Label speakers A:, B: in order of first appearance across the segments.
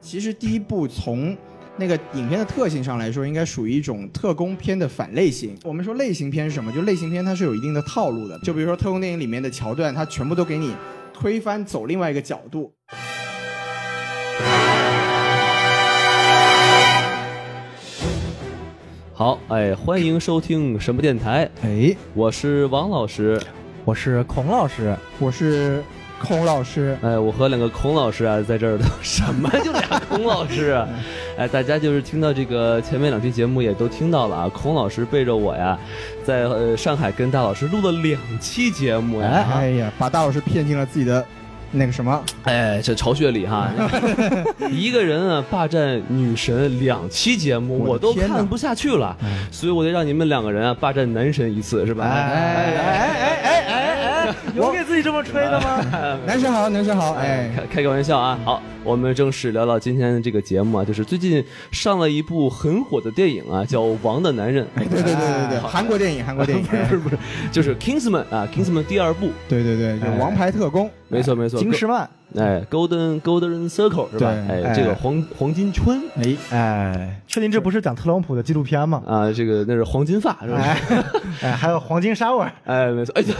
A: 其实第一部从那个影片的特性上来说，应该属于一种特工片的反类型。我们说类型片是什么？就类型片它是有一定的套路的。就比如说特工电影里面的桥段，它全部都给你推翻，走另外一个角度。
B: 好，哎，欢迎收听什么电台？
C: 哎，
B: 我是王老师。
C: 我是孔老师，
A: 我是孔老师，
B: 哎，我和两个孔老师啊，在这儿都什 么就俩孔老师啊？
A: 嗯
B: 哎，大家就是听到这个前面两期节目也都听到了啊，孔老师背着我呀，在呃上海跟大老师录了两期节目呀。
A: 哎呀，把大老师骗进了自己的那个什么？
B: 哎，这巢穴里 哈，一个人啊霸占女神两期节目，
A: 我的
B: 我都
A: 天哪嗯
B: 看不下去了，所以我得让你们两个人啊霸占男神一次，是吧？
A: 哎哎哎哎哎，
C: 有给自己这么吹的吗？
A: 男神好，男神好，哎，
B: 开开个玩笑啊！好，我们正式聊聊今天的这个节目啊，就是最近上了一部很火的电影啊，叫《王的男人》，
A: 对哎对对对对对，韩国电影，韩国 电影，哎
B: 不是不是，就是《Kingsman》啊，《Kingsman》第二部，
A: 对对对，就王牌特工，
B: 没错没错，
C: 金士曼，
B: 哎，Golden Golden Circle 是吧？
A: 对
B: 哎，这个黄黄金圈
A: 哎，
C: 哎，确定这不是讲特朗普的纪录片吗？
B: 啊，这个那是黄金发是吧？
C: 哎，还有黄金沙味儿，
B: 哎，没错，哎， 这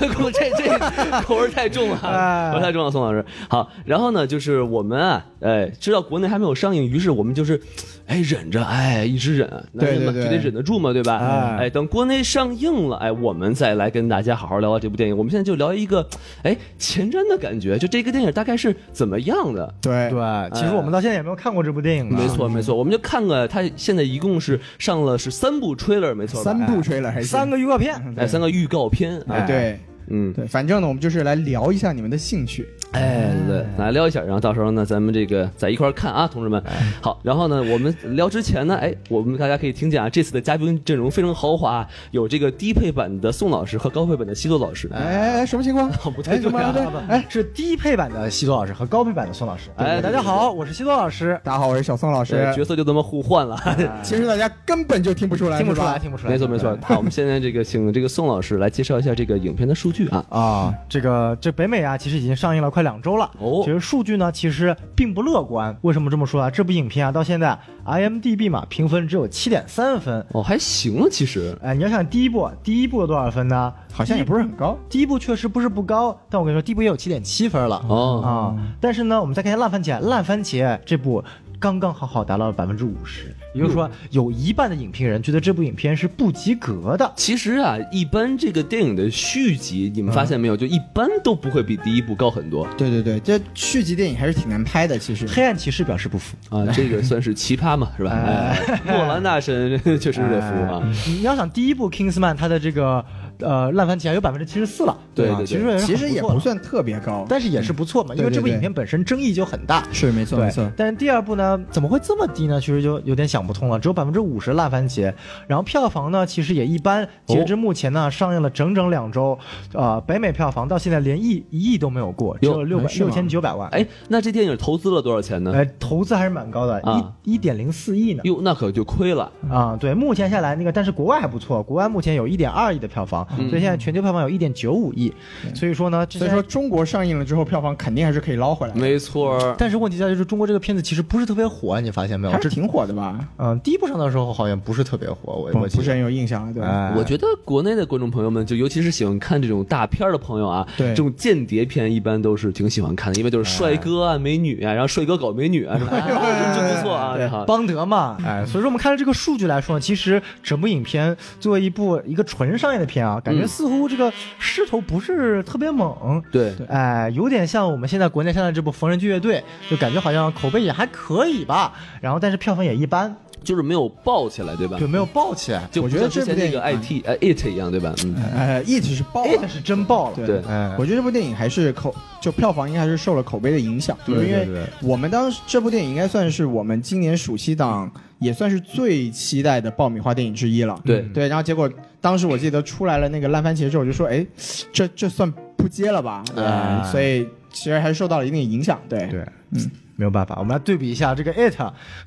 B: 这这口味太重了，
A: 哎
B: 口味太重了，宋老师。好，然后呢，就是我们啊，哎，知道国内还没有上映，于是我们就是，哎，忍着，哎，一直忍，男人嘛
A: 对对对
B: 就得忍得住嘛，对吧？
C: 哎
B: 哎，等国内上映了，哎，我们再来跟大家好好聊聊这部电影。我们现在就聊一个，哎，前瞻的感觉，就这个电影大概是怎么样的？
A: 对
C: 对，其实我们到现在也没有看过这部电影啊呢。
B: 没，错，没错，我们就看看它现在一共是上了是三部 trailer，没错吧，
A: 三部吹了还是
C: 三个预告片，
B: 哎，哎，三个预告片，
A: 哎，对
B: 嗯，
A: 对，反正呢，我们就是来聊一下你们的兴趣。
B: 哎，对，来聊一下，然后到时候呢，咱们这个在一块儿看啊，同志们。
A: 哎
B: 好，然后呢，我们聊之前呢，哎，我们大家可以听见啊，这次的嘉宾阵容非常豪华，有这个低配版的宋老师和高配版的西多老师。
A: 哎哎，哎什么情况？
B: 不对
A: 哎，怎么
B: 对啊
A: 对？哎，
C: 是低配版的西多老师和高配版的宋老师。
B: 哎
C: 大家好，我是西多老 师。
A: 大家好，我是小啊宋老
B: 对，角
A: 师。
B: 色就这么互换了。
A: 其实大家根本就听不出来，
C: 听不
A: 啊是啊
C: 出
A: 吧
C: 来，听不出来。
B: 没错没错。好，我们现在这个请这个宋老师来介绍一下这个影片的数据啊。
C: 啊，这个这北美啊，其实已经上映了快两周了。
B: 哦
C: 其实数据呢，其实并不乐观。为什么这么说啊？这部影片啊，到现在 IMDB 嘛，评分只有七点三分。
B: 哦，还行啊，其实。
C: 哎，你要想第一部，第一部有多少分呢？
A: 好像也不是很高。
C: 第一部确实不是不高，但我跟你说，第一部也有七点七分了
A: 嗯
C: 啊、
B: 哦，
C: 但是呢，我们再看一下烂番茄，烂番茄这部刚刚好好达到了百分之五十，也就是说，有一半的影评人觉得这部影片是不及格的。
B: 其实啊，一般这个电影的续集，你们发现没
A: 嗯
B: 有，就一般都不会比第一部高很多
A: 对对对，这续集电影还是挺难拍的，其实。
C: 黑暗骑士表示不服。
B: 啊。这个算是奇葩嘛，是吧？哎，诺兰大神 确实得服啊。
C: 你要想第一部《Kingsman》它的这个呃烂番茄还有百分之七十四了，
B: 对
C: 吧
B: 对对
C: 其实
A: 其实也不
C: 算，
A: 算特别高，嗯
C: 但是也是不错嘛，因
A: 对
C: 为
A: 对
C: 这部
A: 对
C: 影片本身争议就很大。
A: 是没错
C: 对，但是第二部呢，怎么会这么低呢？其实就有点想不通了，只有百分之五十烂番茄，然后票房呢，其实也一般。截至目前呢，上映了整整两周，呃，北美票房到现在连亿一亿都没有过，只有六百
A: 是吗
C: 六千九百万。
B: 哎，那这电影投资了多少钱呢？
C: 哎，投资还是蛮高的，
B: 啊
C: 一一点零四亿呢。
B: 哟，那可就亏了。
C: 啊，对，目前下来那个，但是国外还不错，国外目前有一点二亿的票房，所以现在全球票房有一点九五亿，所以说呢，这
A: 嗯所以说中国上映了之后，票房肯定还是可以捞回来的，
B: 没错儿，
C: 但是问题在于就是中国这个片子其实不是特别火，你发现没有？
A: 还
C: 这
A: 是挺火的吧？
C: 嗯，第一部上的时候好像不是特别火，我
A: 不
C: 我记
A: 不
C: 得
A: 是很有印象了，对吧？
C: 哎
B: 我觉得国内的观众朋友们，就尤其是喜欢看这种大片儿的朋友啊，
A: 对
B: 这种间谍片一般都是挺喜欢看的，因为就是帅哥啊、美女啊，然后帅哥搞美女啊，是吧？哎真不错啊，嗯好
C: 邦德嘛，哎，所以说我们看到这个数据来说呢，其实整部影片作为一部一个纯商业的片啊，感觉
B: 嗯
C: 似乎这个势头不是特别猛。
B: 对
A: 对
C: 哎，有点像我们现在国内上的这部《缝纫机乐队》，就感觉好像口碑也还可以吧，然后但是票房也一般，
B: 就是没有爆起来，对吧？
C: 就没有爆起来。
B: 就
A: 我觉得
B: 不像之
A: 这部
B: 前那个
A: 电
B: IT 呃 IT 一样，对吧？嗯，
A: 呃，it 是爆
C: 哎，
A: 了
C: 但。是真爆了。
B: 对
C: 哎，
A: 我觉得这部电影还是口，就票房应该还是受了口碑的影响，
C: 对对
A: 因
C: 对
A: 为我们当时这部电影应该算是我们今年暑期档也算是最期待的爆米花电影之一了。
B: 对
A: 对，然后结果当时我记得出来了那个烂番茄之后，我就说，哎，这这算扑街了吧？
C: 啊
A: 嗯，所以其实还是受到了一定影响。对，
C: 对，嗯，没有办法，我们来对比一下这个 it，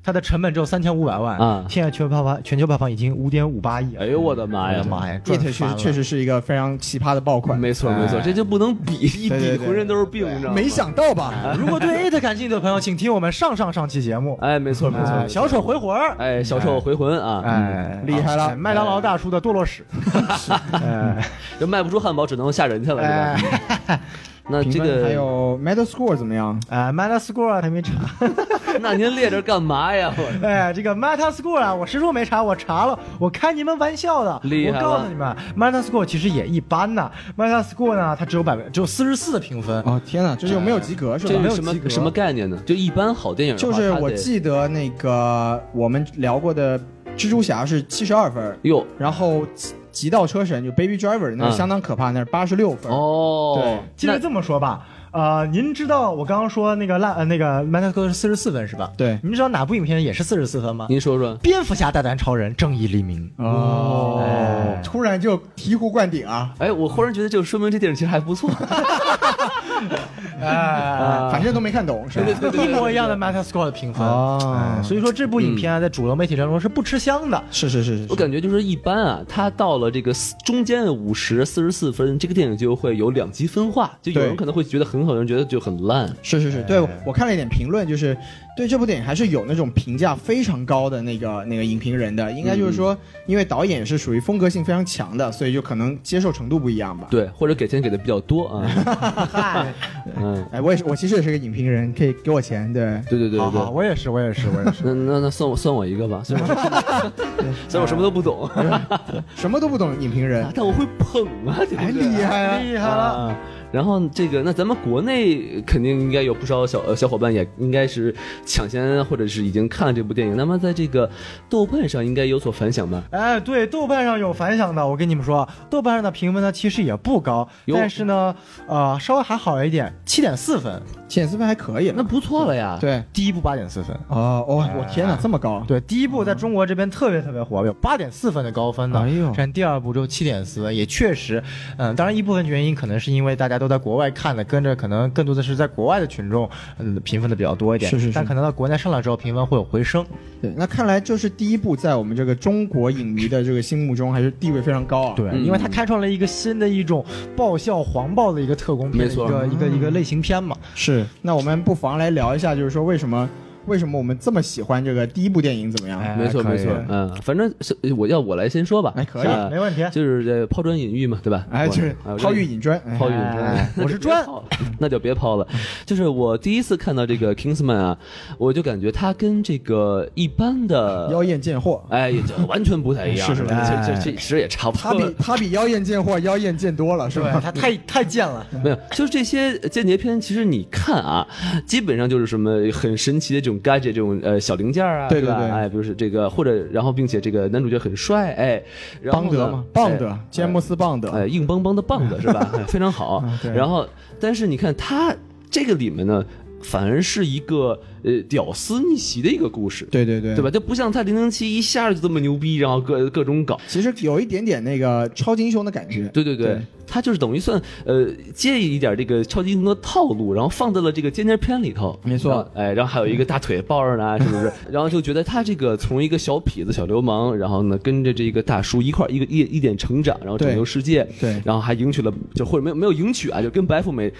C: 它的成本只有三千五百万
B: 啊
C: 现在全票房全球票房已经五点五八亿了。
B: 哎呦我的
C: 我
B: 妈呀
C: 的！妈呀，
A: ，it
C: 赚
A: 确
C: 翻
A: 实
C: 了
A: 确实是一个非常奇葩的爆款。
B: 没错没错，
C: 哎
B: 这就不能比，一
A: 对
B: 比
A: 对对
B: 浑身都是病，你知道吗？
A: 没想到吧？
C: 如果对 it 感兴趣的朋友，请听我们上上上期节目。
B: 哎，没错没错，
C: 哎
B: 没错
C: 小丑回魂儿，
B: 哎小丑回魂啊，
C: 哎，
A: 厉害了
C: 麦当劳大叔的堕落史。哎，
B: 就卖不出汉堡，只能吓人去了，
C: 哎
B: 对吧？那
A: 评
B: 这
A: 分还
B: 个，
A: 有 Metascore 怎么样？
C: 哎，Metascore 还没查。
B: 那您列这干嘛呀？ 我
C: 哎，这个 Metascore 啊，我实说没查，我查了，我开你们玩笑的。
B: 厉害
C: 我
B: 了
C: 告诉你们，Metascore 其实也一般呐。Metascore 呢，它只有百分只有四十四的评分。
A: 哦天哪，这就没有及格是吧？
B: 这
C: 没
B: 是
C: 有
B: 什
C: 及格
B: 么什么概念呢？就一般好电影的
A: 就
B: 话
A: 是
B: 它
A: 我
B: 得
A: 记得那个我们聊过的蜘蛛侠是七十二分，
B: 哟
A: 然后极极道车神就 Baby Driver 那
B: 嗯
A: 是相当可怕，那是八十六分。
B: 哦，
C: 其实这么说吧，呃，您知道我刚刚说那个烂呃那个 Metascore 是四十四分是吧？
A: 对
C: 您知道哪部影片也是四十四分吗？
B: 您说说，
C: 蝙蝠侠大战超人，正义黎明。
A: 哦
C: 哎，
A: 突然就醍醐灌顶啊！
B: 哎，我忽然觉得，就说明这电影其实还不 错。
C: 哎，
B: 啊
A: 反正都没看懂，是吧？
C: 一模一样的 Metascore 的评分。
A: 哦
C: 哎所以说这部
B: 嗯
C: 影片啊，在主流媒体当中是不吃香的。
A: 是是是是
B: 我
A: 是，
B: 感觉就是一般啊，它到了这个四中间五十四十四分，这个电影就会有两极分化，就有人
A: 对
B: 可能会觉得很好，有人觉得就很烂。
A: 是是是，对我看了一点评论，就是对这部电影还是有那种评价非常高的那个那个影评人的，应该就是
B: 嗯
A: 说，因为导演是属于风格性非常强的，所以就可能接受程度不一样吧。
B: 对，或者给钱给的比较多啊，
C: 嗨，
B: 嗯，
A: 哎，我也是，我其实也是个影评人，可以给我钱，对。
B: 对对对
C: 好
B: 对
C: 好，
B: 对。
C: 我也是，我也是，我也是。
B: 那那那算我算我一个吧，虽然我 虽然我什么都不懂，
A: 什么都不懂，影评人，
B: 但我会捧啊，对
A: 哎，
B: 不对
A: 厉害啊！
C: 厉害了，
B: 啊。然后这个，那咱们国内肯定应该有不少小呃小伙伴也应该是抢先或者是已经看了这部电影，那么在这个豆瓣上应该有所反响吧？
C: 哎，对，豆瓣上有反响的，我跟你们说，豆瓣上的评分呢其实也不高，
B: 哟
C: 但是呢，呃，稍微还好一点，七点四分，
A: 浅思分还可以了，
B: 那不错了呀。
A: 对。
C: 第一部八点四分。
A: 哦，哦，我天哪，这么高！
C: 对，第一部在中国这边特别特别火，有八点四分的高分呢。
A: 哎呦
C: 但第二部只有七点四，也确实，嗯，当然一部分原因可能是因为大家都在国外看的，跟着可能更多的是在国外的群众，嗯，评分的比较多一点。
A: 是是是
C: 但可能到国内上来之后，评分会有回升。
A: 对，那看来就是第一部在我们这个中国影迷的这个心目中还是地位非常高啊。
C: 对，因为它开创了一个新的一种爆笑黄暴的一个特工片，
B: 没错
C: 一个一个一个类型片嘛。
A: 是。那我们不妨来聊一下，就是说为什么为什么我们这么喜欢这个第一部电影怎么样？
C: 哎
B: 没错
C: 可以
B: 没错，嗯，反正是我要我来先说吧，
A: 哎可以
B: 啊
C: 没问题
B: 就是这抛砖引玉嘛，对吧？
A: 哎，
B: 我
A: 就是
B: 啊我
A: 抛玉引砖，哎
B: 抛玉
C: 哎
B: 砖，
C: 我是砖，
B: 那就别抛了。就是我第一次看到这个 Kingsman 啊，我就感觉它跟这个一般的。
A: 妖艳贱货，
B: 哎，也就完全不太一样，
A: 是是
B: 吧？
C: 哎
B: 其实其实其实也差不
A: 他
B: 多
A: 比。他比妖艳贱货妖艳贱多了，是
C: 对
A: 吧？
C: 它太太贱了。
B: 没有，就是这些间谍片，其实你看啊，基本上就是什么很神奇的这种 gadget 这种呃小零件啊，
A: 对对
B: 吧？
A: 对
B: 哎，比如说这个，或者然后并且这个男主角很帅，哎，然后
A: 邦
B: 呢
A: 德嘛，邦德
B: 哎，
A: 詹姆斯邦德，
B: 哎，硬邦邦的棒子是 吧？哎非常好
A: 嗯。对
B: 然后，但是你看他这个里面呢，反而是一个呃屌丝逆袭的一个故事，
A: 对对对，
B: 对吧？就不像他零零七一下就这么牛逼，然后各各种搞。
A: 其实有一点点那个超级英雄的感觉。
B: 对对对，
A: 对
B: 他就是等于算呃借一点这个超级英雄的套路，然后放到了这个间谍片里头，
A: 没错
B: 然后。哎，然后还有一个大腿抱着 呢，是不是？然后就觉得他这个从一个小痞子、小流氓，然后呢跟着这个大叔一块儿一个一一点成长，然后拯救
A: 对
B: 世界，
A: 对
B: 然后还迎娶了，就或者没有没有迎娶啊，就跟白富美。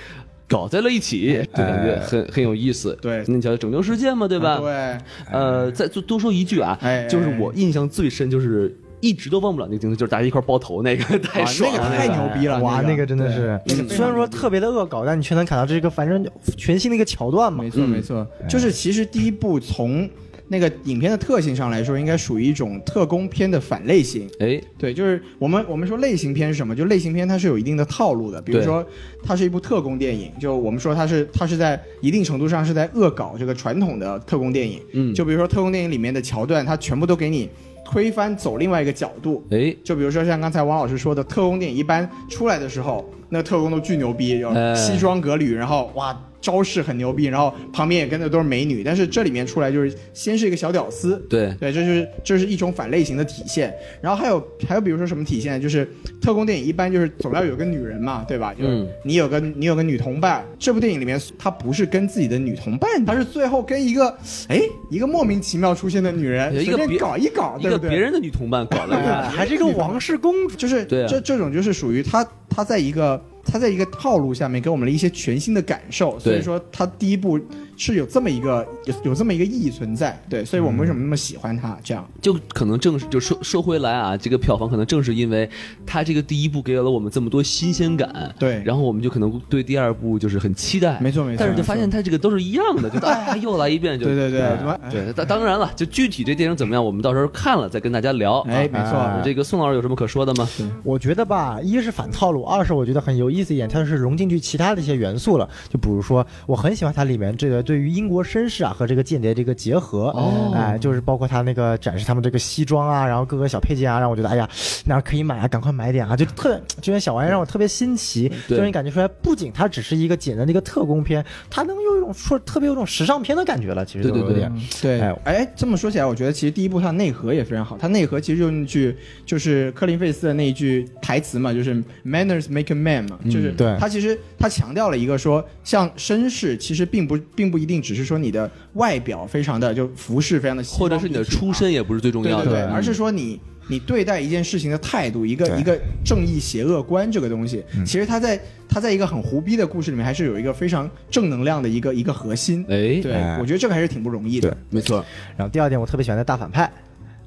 B: 搞在了一起，就感觉很、很有意思。
A: 哎对
B: 那你想拯救世界嘛，对吧？
A: 啊对，
B: 呃，再多多说一句啊，
A: 哎哎
B: 就是我印象最深，就是一直都忘不了那个镜头，就是大家一块儿包头那个，太
A: 哇
B: 爽了，
A: 啊那个太牛逼了，
C: 哇，那个真的是
A: 啊对那嗯个，非常
C: 虽然说
A: 牛逼
C: 特别的恶搞，但你却能看到这个反正全新的一个桥段嘛
A: 没。错
B: 嗯
A: 没错，就是其实第一部从。那个影片的特性上来说，应该属于一种特工片的反类型。
B: 哎，
A: 对，就是我们我们说类型片是什么？就类型片它是有一定的套路的，比如
B: 对
A: 说它是一部特工电影，就我们说它是它是在一定程度上是在恶搞这个传统的特工电影。
B: 嗯
A: 就比如说特工电影里面的桥段，它全部都给你推翻，走另外一个角度。
B: 哎，
A: 就比如说像刚才王老师说的，特工电影一般出来的时候，那特工都巨牛逼，然
B: 哎
A: 后西装革履，然后哇招式很牛逼，然后旁边也跟着都是美女。但是这里面出来就是先是一个小屌丝，
B: 对，
A: 对，这是这是一种反类型的体现。然后还有还有比如说什么体现，就是特工电影一般就是总要有个女人嘛，对吧？就是
B: 嗯
A: 你有个你有个女同伴，这部电影里面她不是跟自己的女同伴，她是最后跟一个哎一个莫名其妙出现的女人
B: 有一
A: 随
B: 个
A: 便
B: 别
A: 搞一搞，
B: 一
A: 对
B: 个
A: 不对？
B: 别人的女同伴搞了
A: 哎
B: 他，
C: 还是一个王室公主。
A: 就是
B: 对啊
A: 这这种就是属于他他在一个他在一个套路下面给我们了一些全新的感受，所以
B: 对
A: 说他第一部是有这么一个有有这么一个意义存在，对，所以我们为什么那么喜欢他这样？
B: 就可能正是就说说回来啊，这个票房可能正是因为他这个第一部给了我们这么多新鲜感，
A: 对
B: 然后我们就可能对第二部就是很期待，
A: 没错没错
B: 但是就发现
A: 没
B: 他这个都是一样的，就哎又来一遍就
A: 对对对
B: 啊
A: 怎么
B: 对，当当然了，就具体这电影怎么样，我们到时候看了再跟大家聊。
A: 哎
B: 啊
A: 没错
B: 啊这个宋老师有什么可说的吗？
C: 我觉得吧，一是反套路，二是我觉得很有意思一点，它是融进去其他的一些元素了。就比如说，我很喜欢它里面这个对于英国绅士啊和这个间谍这个结合，
B: 哦
C: 哎，就是包括它那个展示他们这个西装啊，然后各个小配件啊，让我觉得哎呀，哪儿可以买啊，赶快买点啊，就特这些小玩意儿让我特别新奇，就
B: 对
C: 让你感觉出来，不仅它只是一个简单的一个特工片，它能有一种说特别有一种时尚片的感觉了，其实
B: 对
C: 都
B: 对
C: 有
B: 对
C: 点。
A: 对
C: 哎，
A: 哎，这么说起来，我觉得其实第一部它内核也非常好，它内核其实就是那句就是科林费斯的那一句台词嘛，就是 manners make a man 嘛，就是
C: 嗯对
A: 它其实它强调了一个说，像绅士其实并不并不一定只是说你的外表非常的就服饰非常的西装
B: 或者是你的
A: 笔挺啊
B: 出身也不是最重
A: 对
B: 要
A: 对
B: 的，嗯
A: 对，而是说你你对待一件事情的态度，一个
C: 对嗯
A: 一个正义邪恶观这个东西，其实它在它在一个很胡逼的故事里面，还是有一个非常正能量的一个一个核心。
B: 哎，
A: 对
C: 哎，
A: 我觉得这个还是挺不容易的。
B: 没错，
C: 然后第二点，我特别喜欢的大反派，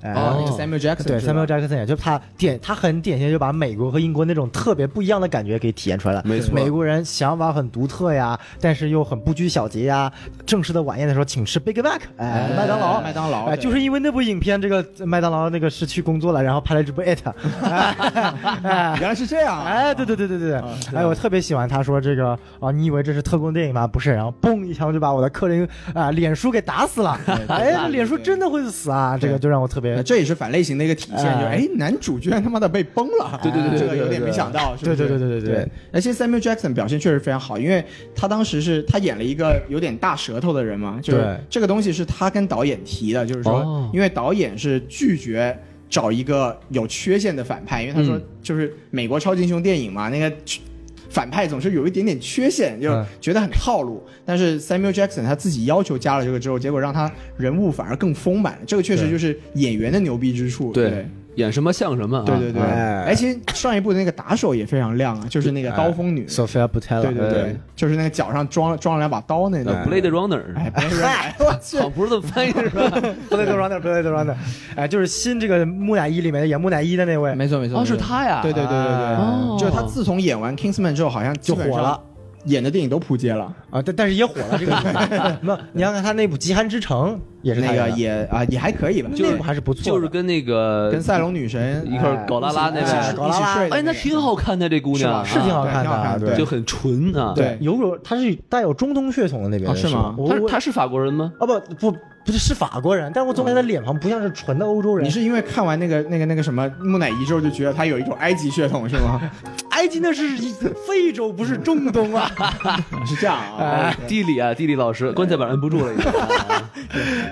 C: 哎，
A: 然后
B: 哦
A: 那个 Samuel Jackson
C: 对
A: 是吧
C: ，Samuel Jackson 也就他典，他很典型就把美国和英国那种特别不一样的感觉给体现出来了。
B: 没错
C: 美国人想法很独特呀，但是又很不拘小节呀。正式的晚宴的时候，请吃 Big Mac，哎，麦当劳，
A: 麦当劳
C: 哎，
A: 对
C: 就是因为那部影片，这个麦当劳那个是去工作了，然后拍了这部 It，哎哎
A: 原来是这样啊，哦
C: 哎，对对对对对对，哎，我特别喜欢他说这个啊，你以为这是特工电影吗？不是，然后嘣一枪就把我的客人啊脸书给打死了，哎，这脸书真的会死啊，这个就让我特别
A: 那这也是反类型的一个体现，就
C: 哎
A: 哎，男主居然他妈的被崩了，
B: 对对对对
A: 这个
B: 对对
A: 有点没想到，是不是？
C: 对对对对对对
A: 对。而且 Samuel Jackson 表现确实非常好，因为他当时是他演了一个有点大舌头的人嘛，就是
C: 对
A: 这个东西是他跟导演提的，就是说
B: 哦，
A: 因为导演是拒绝。找一个有缺陷的反派，因为他说
B: 嗯
A: 就是美国超级英雄电影嘛，那个反派总是有一点点缺陷，就
C: 嗯
A: 觉得很套路。但是 Samuel Jackson 他自己要求加了这个之后，结果让他人物反而更丰满。这个确实
C: 对
A: 就是演员的牛逼之处。对
B: 对，演什么像什么啊，
A: 对对对。
C: 哎
A: 而且上一部的那个打手也非常亮啊，就是那个刀锋女。
C: Sophia Butella，
A: 对对对
B: 哎，
A: 就是那个脚上装了装了两把刀那个。
B: 呃，Blade Runner，
A: 哎，不是，哎我去
B: 好，像不是这么翻译是吧？
C: ，Blade Runner，Blade Runner，哎，就是新这个木乃伊里面演木乃伊的那位，
A: 没错没错，
B: 哦，
A: 没
B: 是。
A: 错
B: 他呀，
A: 对对对对对
B: 哦
A: 对，就是他自从演完 Kingsman 之后，好像基
C: 就
A: 本上
C: 火了，
A: 演的电影都扑街了。
C: 啊，但但是也火了这 个，那你想想他那部《极寒之城》也是他
A: 那个
C: 演的
A: 也啊也还可以吧，
C: 那部还是不错的，
B: 就是跟那个
A: 跟赛隆女神
B: 一块儿搞拉拉那
C: 哎
A: 一
C: 是
A: 起
B: 位，
C: 搞拉拉
A: 一起睡的
B: 哎，那
A: 个
B: 挺好看的这姑
C: 是吧
B: 娘，
C: 是挺好
A: 对
C: 看
A: 挺好看
C: 的，啊
A: 的
C: 对
B: 就很纯啊。
A: 对
C: 有股他是带有中东血统的那边
A: 哦
C: 的
A: 是吗
C: 我
B: 他
C: 我
B: 他是法国人吗？
C: 啊不不不是是法国人，但我总感觉他脸庞不像是纯的欧洲人，
A: 你是因为看完那个那个那个什么木乃伊之后就觉得他有一种埃及血统是吗？
C: 埃及那是一非洲不是中东啊。
A: 是这样啊。
B: 地理啊，地理老师，棺材板摁不住了已经。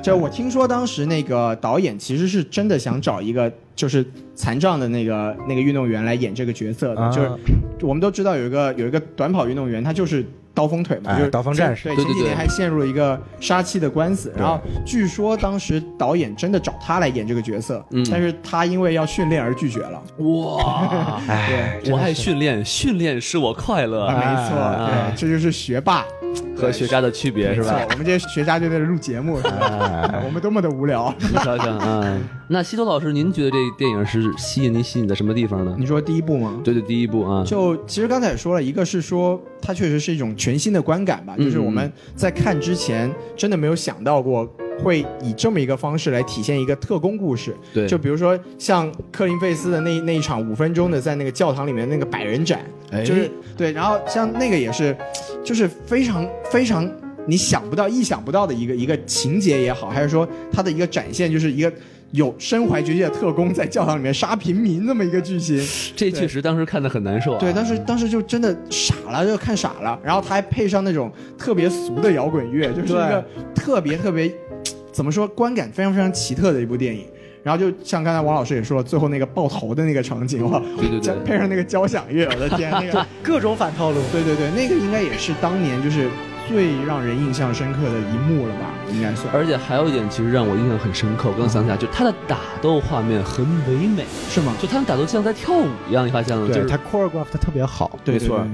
A: 就我听说当时那个导演其实是真的想找一个就是残障的那个那个运动员来演这个角色的，
C: 啊
A: 就是我们都知道有一个有一个短跑运动员，他就是。刀锋腿嘛，
C: 哎
A: 就是
C: 刀锋战士
A: 对，
B: 对
A: 前几
B: 对对
A: 年还陷入了一个杀妻的官司，然后据说当时导演真的找他来演这个角色，
B: 嗯
A: 但是他因为要训练而拒绝了。
B: 哇，
C: 哎，
B: 我爱训练，训练使我快乐，
A: 哎没错，
B: 啊
A: 对，这就是学霸，
B: 和学渣的区别是
A: 没错
B: 吧？
A: 我们这些学渣就在这录节 目，是吧我们多么的无聊。
B: 你想想啊，那西多老师，您觉得这电影是吸引您吸引在什么地方呢？
A: 你说第一部吗？
B: 对对，第一部啊，
A: 就其实刚才也说了，一个是说它确实是一种全新的观感吧，
B: 嗯
A: 就是我们在看之前真的没有想到过会以这么一个方式来体现一个特工故事。
B: 对
A: 就比如说像克林费斯的那那一场五分钟的在那个教堂里面那个百人斩，
B: 哎
A: 就是对，然后像那个也是，就是非常非常你想不到、意想不到的一个一个情节也好，还是说它的一个展现，就是一个有身怀绝技的特工在教堂里面杀平民这么一个剧情。
B: 这确实当时看的很难受啊。
A: 对，当时当时就真的傻了，就看傻了。然后他还配上那种特别俗的摇滚乐，就是一个特别特别，怎么说，观感非常非常奇特的一部电影。然后就像刚才王老师也说了，最后那个爆头的那个场景，哇，
B: 对嗯对
A: 加
B: 对，
A: 配上那个交响乐，我的天，那 个，
C: 各种反套路。
A: 对对对，那个应该也是当年就是最让人印象深刻的一幕了吧，应该算
B: 而且还有一点，其实让我印象很深刻。我刚想起来，就他的打斗画面很唯美，
A: 是吗？
B: 就他们打斗像在跳舞一样，你发现了吗？就
C: 对
B: 是
C: 他 choreograph 的特别好，
A: 对，
B: 没
A: 对
B: 错
A: 对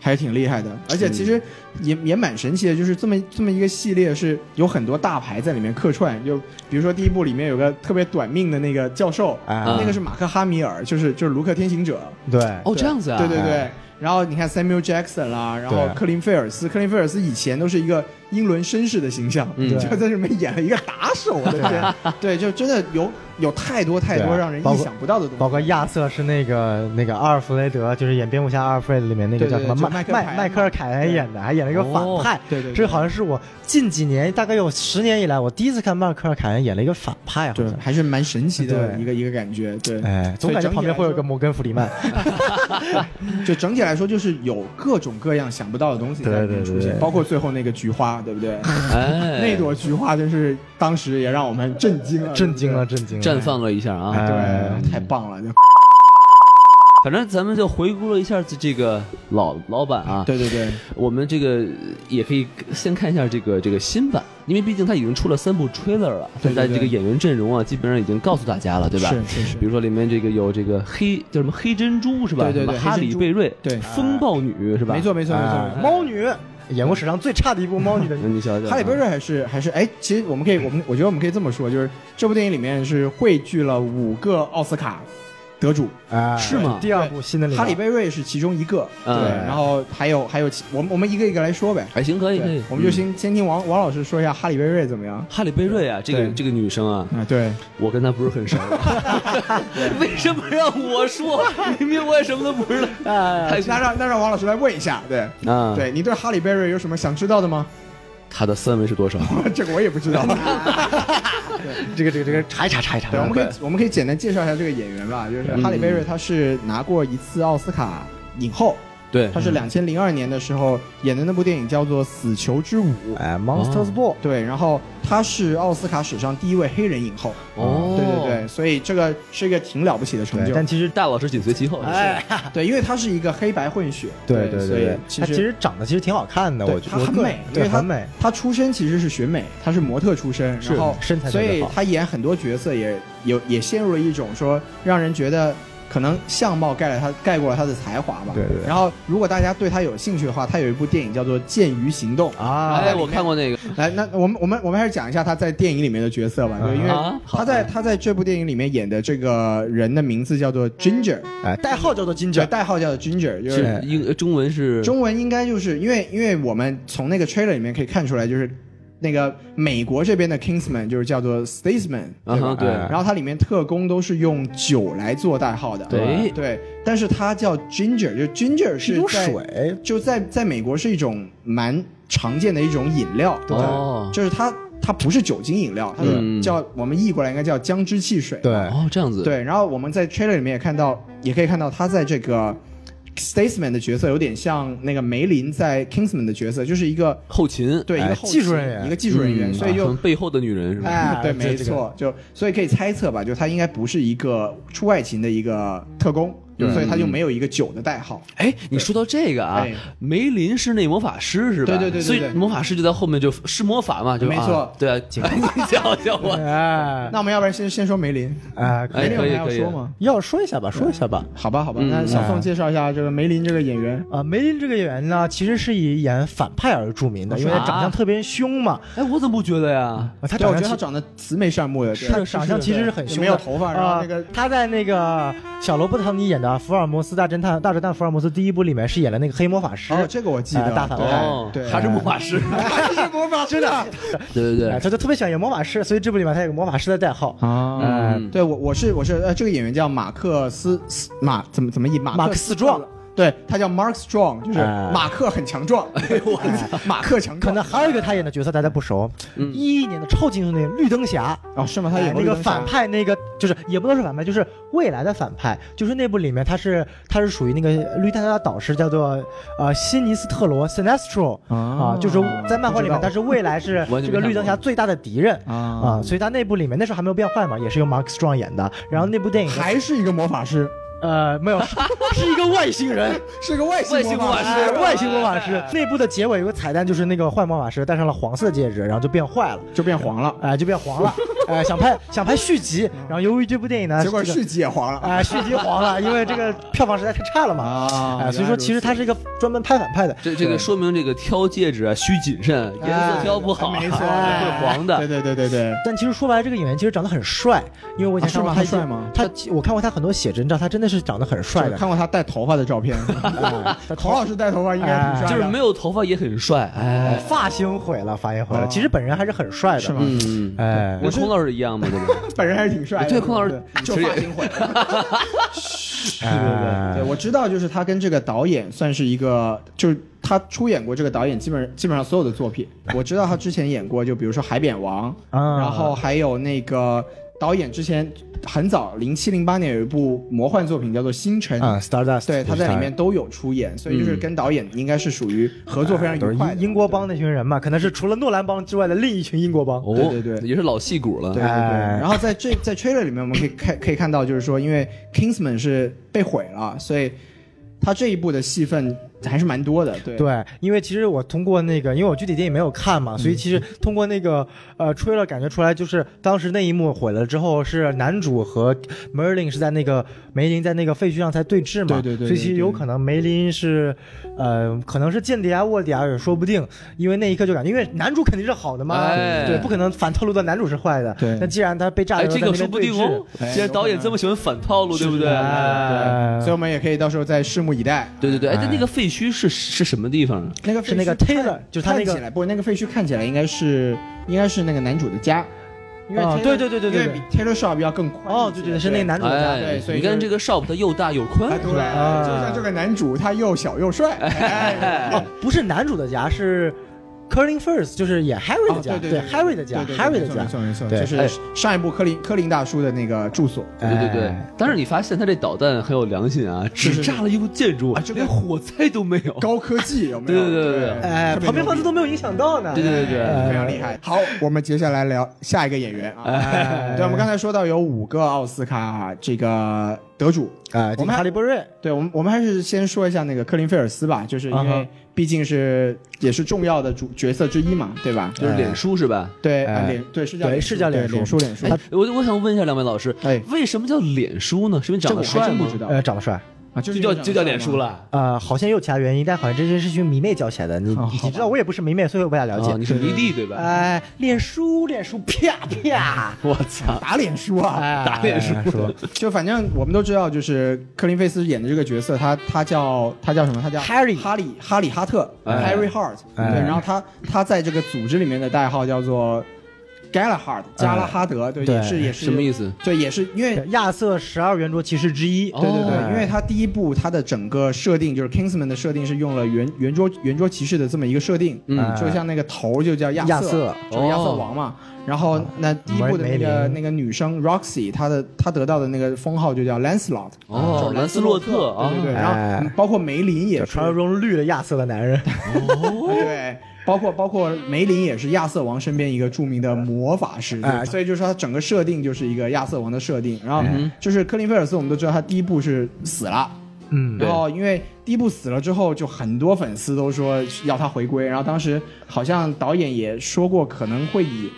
A: 还挺厉害的。而且其实也、也蛮神奇的，就是这么这么一个系列是有很多大牌在里面客串，就比如说第一部里面有个特别短命的那个教授，
C: 哎
B: 嗯
A: 那个是马克哈米尔，就是就是卢克天行者，
C: 对，
B: 哦这样子啊，
A: 对对对。
C: 哎
A: 然后你看 Samuel Jackson 啦，然后
C: 对
A: 克林菲尔斯，克林菲尔斯以前都是一个英伦绅士的形象，
B: 嗯
A: 就在这里面演了一个打手，我的 天，对，就真的有有太多太多
C: 对
A: 让人
C: 包
A: 意
C: 括
A: 想不到的东西，
C: 包括亚瑟是那个那个阿尔弗雷德，就是演蝙蝠侠阿尔弗雷德里面那个叫什
A: 对对
C: 么
A: 对就
C: 麦
A: 迈克凯
C: 麦
A: 恩
C: 迈克尔凯恩演的，还演了一个反派。
A: 对对对
C: 这好像是我近几年，大概有十年以来，我第一次看迈克尔凯恩演了一个反派，好
A: 对
C: 像，。
A: 还是蛮神奇的
C: 对
A: 一个一个感觉，对，
C: 哎，总感觉旁边会有一个摩根弗里曼。
A: 就整体来说，就是有各种各样想不到的东西在里面
C: 对对
A: 出
C: 对
A: 现，
C: 对
A: 包括最后那个菊花，对不对？
B: 哎，
A: 那朵菊花真是当时也让我们震惊了，
C: 震惊了，。震惊 了！
B: 绽放了一下啊。
C: 哎
A: 对
C: 嗯，
A: 太棒了！就
B: 反正咱们就回顾了一下这这个老老版啊，
A: 对对对，
B: 我们这个也可以先看一下这个这个新版，因为毕竟它已经出了三部 trailer 了，
A: 对对对
B: 但这个演员阵容啊，基本上已经告诉大家了， 对吧？
A: 是是是
B: 比，如说里面这个有这个黑叫什么黑珍珠是吧？
A: 对对对
B: 什么哈
A: 黑珍
B: 里
A: 珠
B: 贝瑞，
A: 对
B: 风暴女是吧？啊
A: 没错没错没错
C: 哎
A: 没错。
C: 猫女演过史上最差的一部猫女的
B: 那你瞧瞧啊，
A: 哈利波特还是还是哎，其实我们可以，我们我觉得我们可以这么说，就是这部电影里面是汇聚了五个奥斯卡得主，
C: 啊，
B: 是吗
C: 第二部新的里面
A: 哈里贝瑞是其中一个，对，
B: 嗯
A: 然后还有还有其，我们我们一个一个来说呗，
B: 哎行可以可
A: 对
B: 以，，
A: 我们就
B: 嗯
A: 先先听王王老师说一下哈里贝瑞怎么样
B: 哈里贝瑞啊，这个
A: 对
B: 这个女生
C: 嗯
B: 啊，
A: 啊？对，
B: 我跟她不是很熟，啊 为什么让我说？明明我也什么都不知道。
A: 啊
C: 哎，
B: 太
A: 那让那让王老师来问一下，对，
B: 啊，
A: 对你对哈利贝瑞有什么想知道的吗？
B: 她的三围是多少？
A: 这个我也不知 道。
C: 这个这个这个查一查查一查
A: 对，我们可以我们可以简单介绍一下这个演员吧，就是哈利贝
C: 嗯
A: 瑞，他是拿过一次奥斯卡影后，
B: 对，
A: 他是
C: 嗯
A: 两千零二年的时候演的那部电影叫做《死囚之舞》，
C: 哎，Monsters Ball，
A: 对，然后他是奥斯卡史上第一位黑人影后，
B: 哦，
A: 对对对，所以这个是一个挺了不起的成
C: 对，
A: 就，
C: 但其实
B: 大老师紧随其后。
C: 哎，
A: 对，因为他是一个黑白混血，
C: 对
A: 对，所
C: 对
A: 以
C: 对，她其
A: 实。
C: 实长得其实挺好看的，
A: 对
C: 我
A: 她
C: 我
A: 很
C: 个人
A: 美因
C: 对，
A: 为她
C: 很美。
A: 她出身其实是学美，她是模特出身，
C: 是
A: 然后
C: 身材特
A: 所
C: 别
A: 以
C: 好
A: 她演很多角色也有也陷入了一种说让人觉得可能相貌盖了她盖过了她的才华吧。
C: 对对对
A: 然后如果大家对她有兴趣的话，她有一部电影叫做《剑鱼行动》。
C: 啊
B: 哎，我看过那个，
A: 来，那我们我们我们还是讲一下她在电影里面的角色吧，对，因为
B: 啊好
A: 她在她在这部电影里面演的这个人的名字叫做 Ginger，
C: 哎，代号叫做金
A: 就
C: 角，
A: 代号叫做 Ginger，就是是
B: 英呃中文是
A: 中文应该就是因为因为我们从那个 trailer 里面可以看出来，就是那个美国这边的 Kingsman 就是叫做 Statesman，
B: 啊
A: 对吧？
B: 哈对，
C: 哎
A: 然后它里面特工都是用酒来做代号的，
B: 对
A: 对，但是它叫 Ginger，就 Ginger
C: 是一
A: 是
C: 种
A: 在
C: 水，
A: 就在在美国是一种蛮常见的一种饮料，对吧
B: 哦
A: 哎就是它它不是酒精饮料，它
B: 嗯
A: 是叫我们译过来应该叫姜汁汽水，
C: 对，
B: 哦这样子，
A: 对，然后我们在 trailer 里面也看到，也可以看到他在这个 Statesman 的角色有点像那个梅林在 Kingsman 的角色，就是一个
B: 后勤，
A: 对一
C: 哎
A: 个后
C: 技术
A: 勤
C: 人员啊
A: 一个技术人员，
B: 嗯
A: 所以
B: 啊
A: 就
B: 从。背后的女人是吧？
A: 哎，对，
C: 这
A: 没
C: 这个
A: 错，就所以可以猜测吧，就他应该不是一个出外勤的一个特工，
B: 对
A: 所以他就
B: 嗯
A: 没有一个酒的代号。
B: 哎，你说到这个啊
A: 哎，
B: 梅林是那魔法师是吧？
A: 对对对对
B: 所以
A: 对
B: 魔法师就在后面就施魔法嘛，就
A: 没错
B: 啊对啊，警你教教 我，
C: 哎
A: 那我们要不然先先说梅林，
C: 哎，
B: 哎
A: 梅林我
B: 可以
A: 们还要
B: 可以
A: 说吗？
C: 要说一下吧，说一下吧。
A: 好吧，好吧，
B: 嗯
A: 那小
C: 哎
A: 宋介绍一下这个梅林这个演员。
C: 啊，梅林这个演员呢，其实是以演反派而著名的，因为他长相特别凶嘛。
B: 哎，我怎么不觉得呀？
C: 啊他
A: 对，
C: 长
A: 我觉得
C: 相
A: 他
C: 其
A: 长得慈眉善目的，对
C: 他长相其实是很凶
A: 啊
C: 的，
A: 没有头发，然后那个
C: 啊他在那个小罗伯特·唐尼演的《福尔摩斯大侦探大侦探福尔摩斯》第一部里面是演了那个黑魔法师，
A: 哦，这个我记
C: 哎
A: 得，
C: 大反派
B: 哦，
A: 对，
B: 还是魔法 师，
A: 还是魔法师的。
B: 对对
C: 哎
B: 对，
C: 他就特别喜欢演魔法师，所以这部里面他有个魔法师的代号。
A: 啊
B: 嗯
A: 对我我是我是呃，这个演员叫马克思斯马怎么怎么译马
C: 马克
A: 克
C: 思壮，
A: 对他叫 Mark Strong，就是
C: 哎
A: 马克很强壮，我 马克强
C: 可
A: 壮
C: 能。还有一个他演的角色大家不熟，一一年的超级英雄电影《绿灯侠》
A: 哦，是吗？他
C: 哎
A: 演过
C: 那个
A: 绿灯侠
C: 反派，那个就是也不能说反派，就是未来的反派，就是那部里面他是他是属于那个绿灯侠的导师，叫做呃辛尼斯特罗 （Sinestro） 啊，就是在漫画里面他是未来是
B: 完全没
C: 这个
B: 看
C: 绿灯侠最大的敌人
A: 啊
C: 啊，所以他那部里面那时候还没有变坏嘛，也是由 Mark Strong 演的。然后那部电影
A: 还是一个魔法 师，
C: 呃没有，是是一个外星人。
A: 是个外
B: 外
A: 星
B: 星
A: 魔
B: 魔
A: 法
B: 法
A: 师。
B: 师
C: 哎外星魔法师那部的结尾有个彩蛋，就是那个坏魔法师戴上了黄色戒指，然后就变坏了，
A: 就变黄了，
C: 哎、就变黄了，哎、想拍想拍续集，然后由于这部电影
A: 嗯
C: 呢，
A: 结果
C: 哎这个
A: 续集也黄了
C: 哎、续集黄了，因为这个票房实在太差了嘛，
A: 啊
C: 哎、所以说其实它是一个专门拍反派的，
B: 这这个说明这个挑戒指啊需谨慎，颜色挑不好啊，
A: 哎没错 哎
B: 会黄的
A: 对。对对对对，
C: 但其实说白了，这个演员其实长得很帅，因为我以前
A: 啊
C: 看过
A: 是吗
C: 他一
A: 他
C: 些、
A: 帅吗
C: 他我看过他很多写真照，他真的是长得很帅
A: 就
C: 的。哎
A: 看过他戴头发的照 片， 孔老师戴头发应该挺帅的，
B: 就是没有头发也很帅，哎，
C: 发型毁了，发型毁了。
A: 啊
C: 其实本人还是很帅的，
A: 是吗
B: 嗯，
C: 哎，
B: 跟孔老师一样嘛，对不对？
A: 本人还是挺帅的。
B: 对孔老师
A: 就
B: 其实
A: 发型毁了。
C: 对对
A: 对，我知道，就是他跟这个导演算是一个，就是他出演过这个导演基本基本上所有的作品。我知道他之前演过，就比如说《海扁王》
C: 啊
A: 然后还有那个导演之前很早零七零八年有一部魔幻作品叫做《星辰》
C: 啊，Stardust，
A: 对，他在里面都有出演，所以就是跟导演应该是属于合作非常
C: 哎都是
A: 愉快的
C: 英英国帮那群人嘛，可能是除了诺兰帮之外的另一群英国帮。
B: 哦，
A: 对对对
B: 也是老戏骨了
A: 对。对对，
C: 哎
A: 然后在这在 trailer 里面，我们可以看可以看到，就是说，因为 Kingsman 是被毁了，所以他这一部的戏份还是蛮多的。对，
C: 对，因为其实我通过那个，因为我具体电影没有看嘛，
A: 嗯
C: 所以其实通过那个呃 trailer 感觉出来，就是当时那一幕毁了之后，是男主和梅林是在那个梅林在那个废墟上才对峙嘛，
A: 对对对对
C: 所以其实有
A: 对
C: 可能梅林是呃可能是间谍啊卧底啊也说不定，因为那一刻就感觉，因为男主肯定是好的嘛，
B: 哎
C: 对，不可能反套路的男主是坏的，
A: 对
C: 那既然他被炸
B: 哎，
C: 了，
B: 这个说不定哦。
A: 哎
B: 既然导演这么喜欢反套路，对不对？
C: 哎
A: 所以我们也可以到时候再拭目以待。
B: 对对对，哎，但那个废墟是是什么地方啊？
A: 那个
C: 是那个
A: 废墟
C: Taylor，
A: 看
C: 就是他那个
A: 看起来不，那个废墟看起来应该是应该是那个男主的家，哦因为
C: 啊
A: Taylor-
C: 对对对对对
A: 因为比 Taylor Shop 要更宽
C: 哦，
A: 一些
C: 对对对，是那个男主的家。
A: 对
B: 哎
A: 所，以
B: 你
A: 就是
B: 看这个 shop 它又大又
A: 啊
B: 宽，
A: 对，
B: 是吧
C: 啊
A: 就像这个男主他又小又 帅，哎
C: 哦，不是男主的家，是 Curling First，就是演 Harry 的家，
A: 哦对对对
C: Harry 的家
A: 对对对
C: ，Harry 的
A: 没错
C: 家
A: 没，错没错，
C: 对
A: 就是
B: 哎
A: 上一部科林科林大叔的那个住所。
B: 对对对对
C: 哎。
B: 但是你发现他这导弹很有良心啊，
A: 是
B: 只炸了一部建筑
A: 啊这，个
B: 连火灾都没
C: 哦
B: 有。
A: 高科技有没有？
B: 对对对对对
C: 哎，旁边呃
A: 放
C: 房子都没有影响到呢。
B: 对对对对，
A: 非常厉害。好，我们接下来聊下一个演员啊
C: 哎。
A: 对，我们刚才说到有五个奥斯卡、这个得主。我
C: 哎，我
A: 们
C: 们
A: 还
C: 哈利波瑞，
A: 对我们，我们还是先说一下那个克林菲尔斯吧，就是因
C: 嗯
A: 为
C: 哼
A: 毕竟是也是重要的主角色之一嘛，对吧？
B: 就是脸书是吧？
A: 对，啊
C: 哎
A: 脸对是叫
C: 对
A: 脸
C: 是叫
A: 对
C: 脸书
A: 脸书脸书。
B: 哎，我我想问一下两位老师，
A: 哎，
B: 为什么叫脸书呢？是因为
A: 这
B: 长
A: 我
B: 得
A: 还
B: 帅
A: 真不
B: 吗？啊
A: 知道
C: 呃，长得帅，
A: 啊，就
B: 就是叫
A: 因为
B: 就叫
A: 长得
B: 脸
A: 帅
B: 书
A: 吗。
B: 了。
C: 呃，好像也有其他原因，但好像这些是群迷妹教起来的。你
A: 哦好吧
C: 你知道，我也不是迷妹，所以我不太了
B: 哦，你
C: 解。
B: 是迷弟对吧？
C: 哎，脸书脸书，啪啪，
B: 我操！
A: 打脸书啊！
C: 哎
B: 打脸书
C: 说
A: 就反正我们都知道，就是克林菲斯演的这个角色，他他叫他叫什么？他叫
C: Harry
A: 哈利哈利哈特、
B: 哎
A: Harry Hart、
C: 哎
A: 对，然后他他在这个组织里面的代号叫做 Galahad 加拉哈德，对，
C: 对
A: 也是也是
B: 哎什么意？思？
A: 对，也是因为
C: 亚瑟十二圆桌骑士之一，
B: 哦
A: 对对对，
C: 哎
A: 因为它第一部它的整个设定就是 Kingsman 的设定是用了圆圆桌圆桌骑士的这么一个设定，
C: 嗯
A: 就像那个头就叫亚
C: 亚
A: 瑟
C: 瑟，
A: 就是亚瑟王嘛。然后
C: 嗯
A: 那第一部的那个
C: 梅林
A: 那个女生 Roxy，她的她得到的那个封号就叫 Lancelot，
B: 哦
A: 就是
B: 兰
A: 斯
B: 斯洛
A: 特，
B: 特
A: 对对对。
C: 啊
A: 然后嗯包括梅林也
C: 就是传，说中绿了亚瑟的男人。
A: 对。包括包括梅林也是亚瑟王身边一个著名的魔法师，对
C: 哎
A: 所以就是说他整个设定就是一个亚瑟王的设定。然后就是科林菲尔斯，我们都知道他第一部是死了，
C: 嗯，
B: 对
A: 然后因为第一部死了之后，就很多粉丝都说要他回归，然后当时好像导演也说过可能会以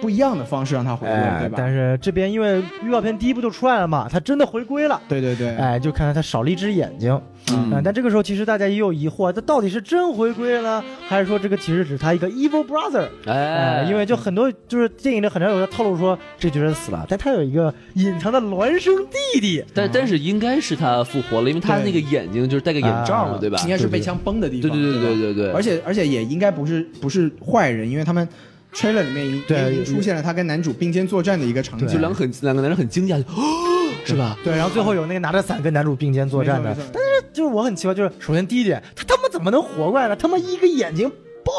A: 不一样的方式让它回归，
C: 哎
A: 对，吧？
C: 但是这边因为预告片第一部就出来了嘛，它真的回归了。
A: 对对对，
C: 哎，就看到他少了一只眼睛，
A: 嗯
C: 啊但这个时候其实大家也有疑惑，他到底是真回归了呢，还是说这个其实只是他一个 evil brother？啊
B: 哎，
C: 因为就很多就是电影里很常有人透露说这角色死了，但他有一个隐藏的孪生弟弟，
B: 但但是应该是他复活了，因为他
A: 嗯对
B: 那个眼睛就是戴个眼罩嘛，
C: 啊
B: 对吧？
A: 应该是被枪崩的地
B: 对
A: 方，
B: 对对
A: 吧
B: 对对对，
A: 而且而且也应该不是不是坏人，因为他们 trailer 里面已
C: 对
A: 已经出现了他跟男主并肩作战的一个场景，
B: 就两个很两个男人很惊讶，就哦，是吧？
C: 啊对，然后最后有那个拿着伞跟男主并肩作战的
A: 没错没错，
C: 但是就是我很奇怪，就是首先第一点，他他妈怎么能活过来呢？他妈一个眼睛。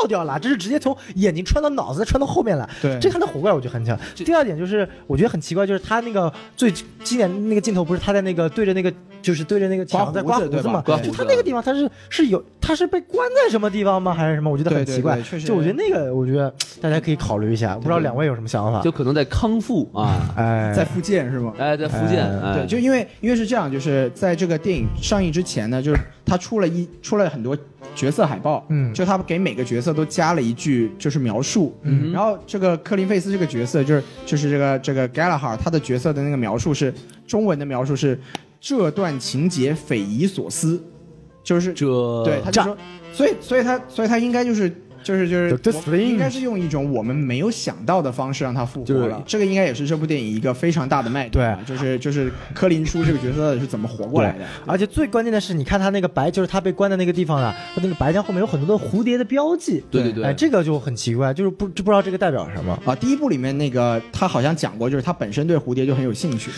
C: 爆掉了，这是直接从眼睛穿到脑子，再穿到后面来。
A: 对
C: 这还能活过来，我觉得很强。第二点就是，我觉得很奇怪，就是他那个最经典那个镜头，不是他在那个对着那个，就是对着那个墙在
A: 刮
C: 刮
A: 胡
C: 胡
A: 子对
C: 子
A: 吧
C: 嘛？
B: 刮胡
C: 就他
B: 子
C: 那个地方，他是是有，他是被关在什么地方吗？还是什么？我觉得很
A: 对对
C: 奇怪。
A: 对确实
C: 就我觉得那个，我觉得大家可以考虑一下，不知道两位有什么想
A: 啊
C: 法？
B: 就可能在康复 啊，
C: 哎，
A: 在福建是吗？
B: 哎，在福建，哎，
A: 对，就因为因为是这样，就是在这个电影上映之前呢，就是他出了一出了很多角色海报，
C: 嗯
A: 就他给每个角色都加了一句就是描述，嗯，然后这个科林费斯这个角色就是就是这个这个 Galahad 他的角色的那个描述是中文的描述是这段情节匪夷所思，就是
B: 呃这
A: 对，他就说，所以所以他所以他应该就是。就是就是
C: The
A: 我们应
C: Strange
A: 该是用一种我们没有想到的方式让他复活
B: 就是
A: 了，这个应该也是这部电影一个非常大的卖点吧。就是就是柯林叔这个角色是怎么活过来的？
C: 而且最关键的是，你看他那个白，就是他被关的那个地方啊，他那个白墙后面有很多的蝴蝶的标记。
B: 对对对
C: 哎，这个就很奇怪，就是不就不知道这个代表什么，
A: 啊，第一部里面那个他好像讲过，就是他本身对蝴蝶就很有兴趣，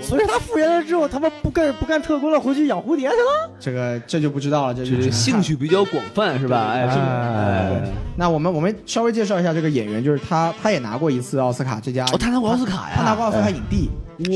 C: 所以他复原了之后，他妈不干不干特工了，回去养蝴蝶去了。
A: 这个这就不知道了，这就
B: 这个兴趣比较广泛，是吧？哎，是
C: 哎
B: 哎，
A: 那我们我们稍微介绍一下这个演员，就是他，他也拿过一次奥斯卡最佳，
B: 哦，他拿过奥哎斯卡呀，
A: 他拿过奥斯卡影帝，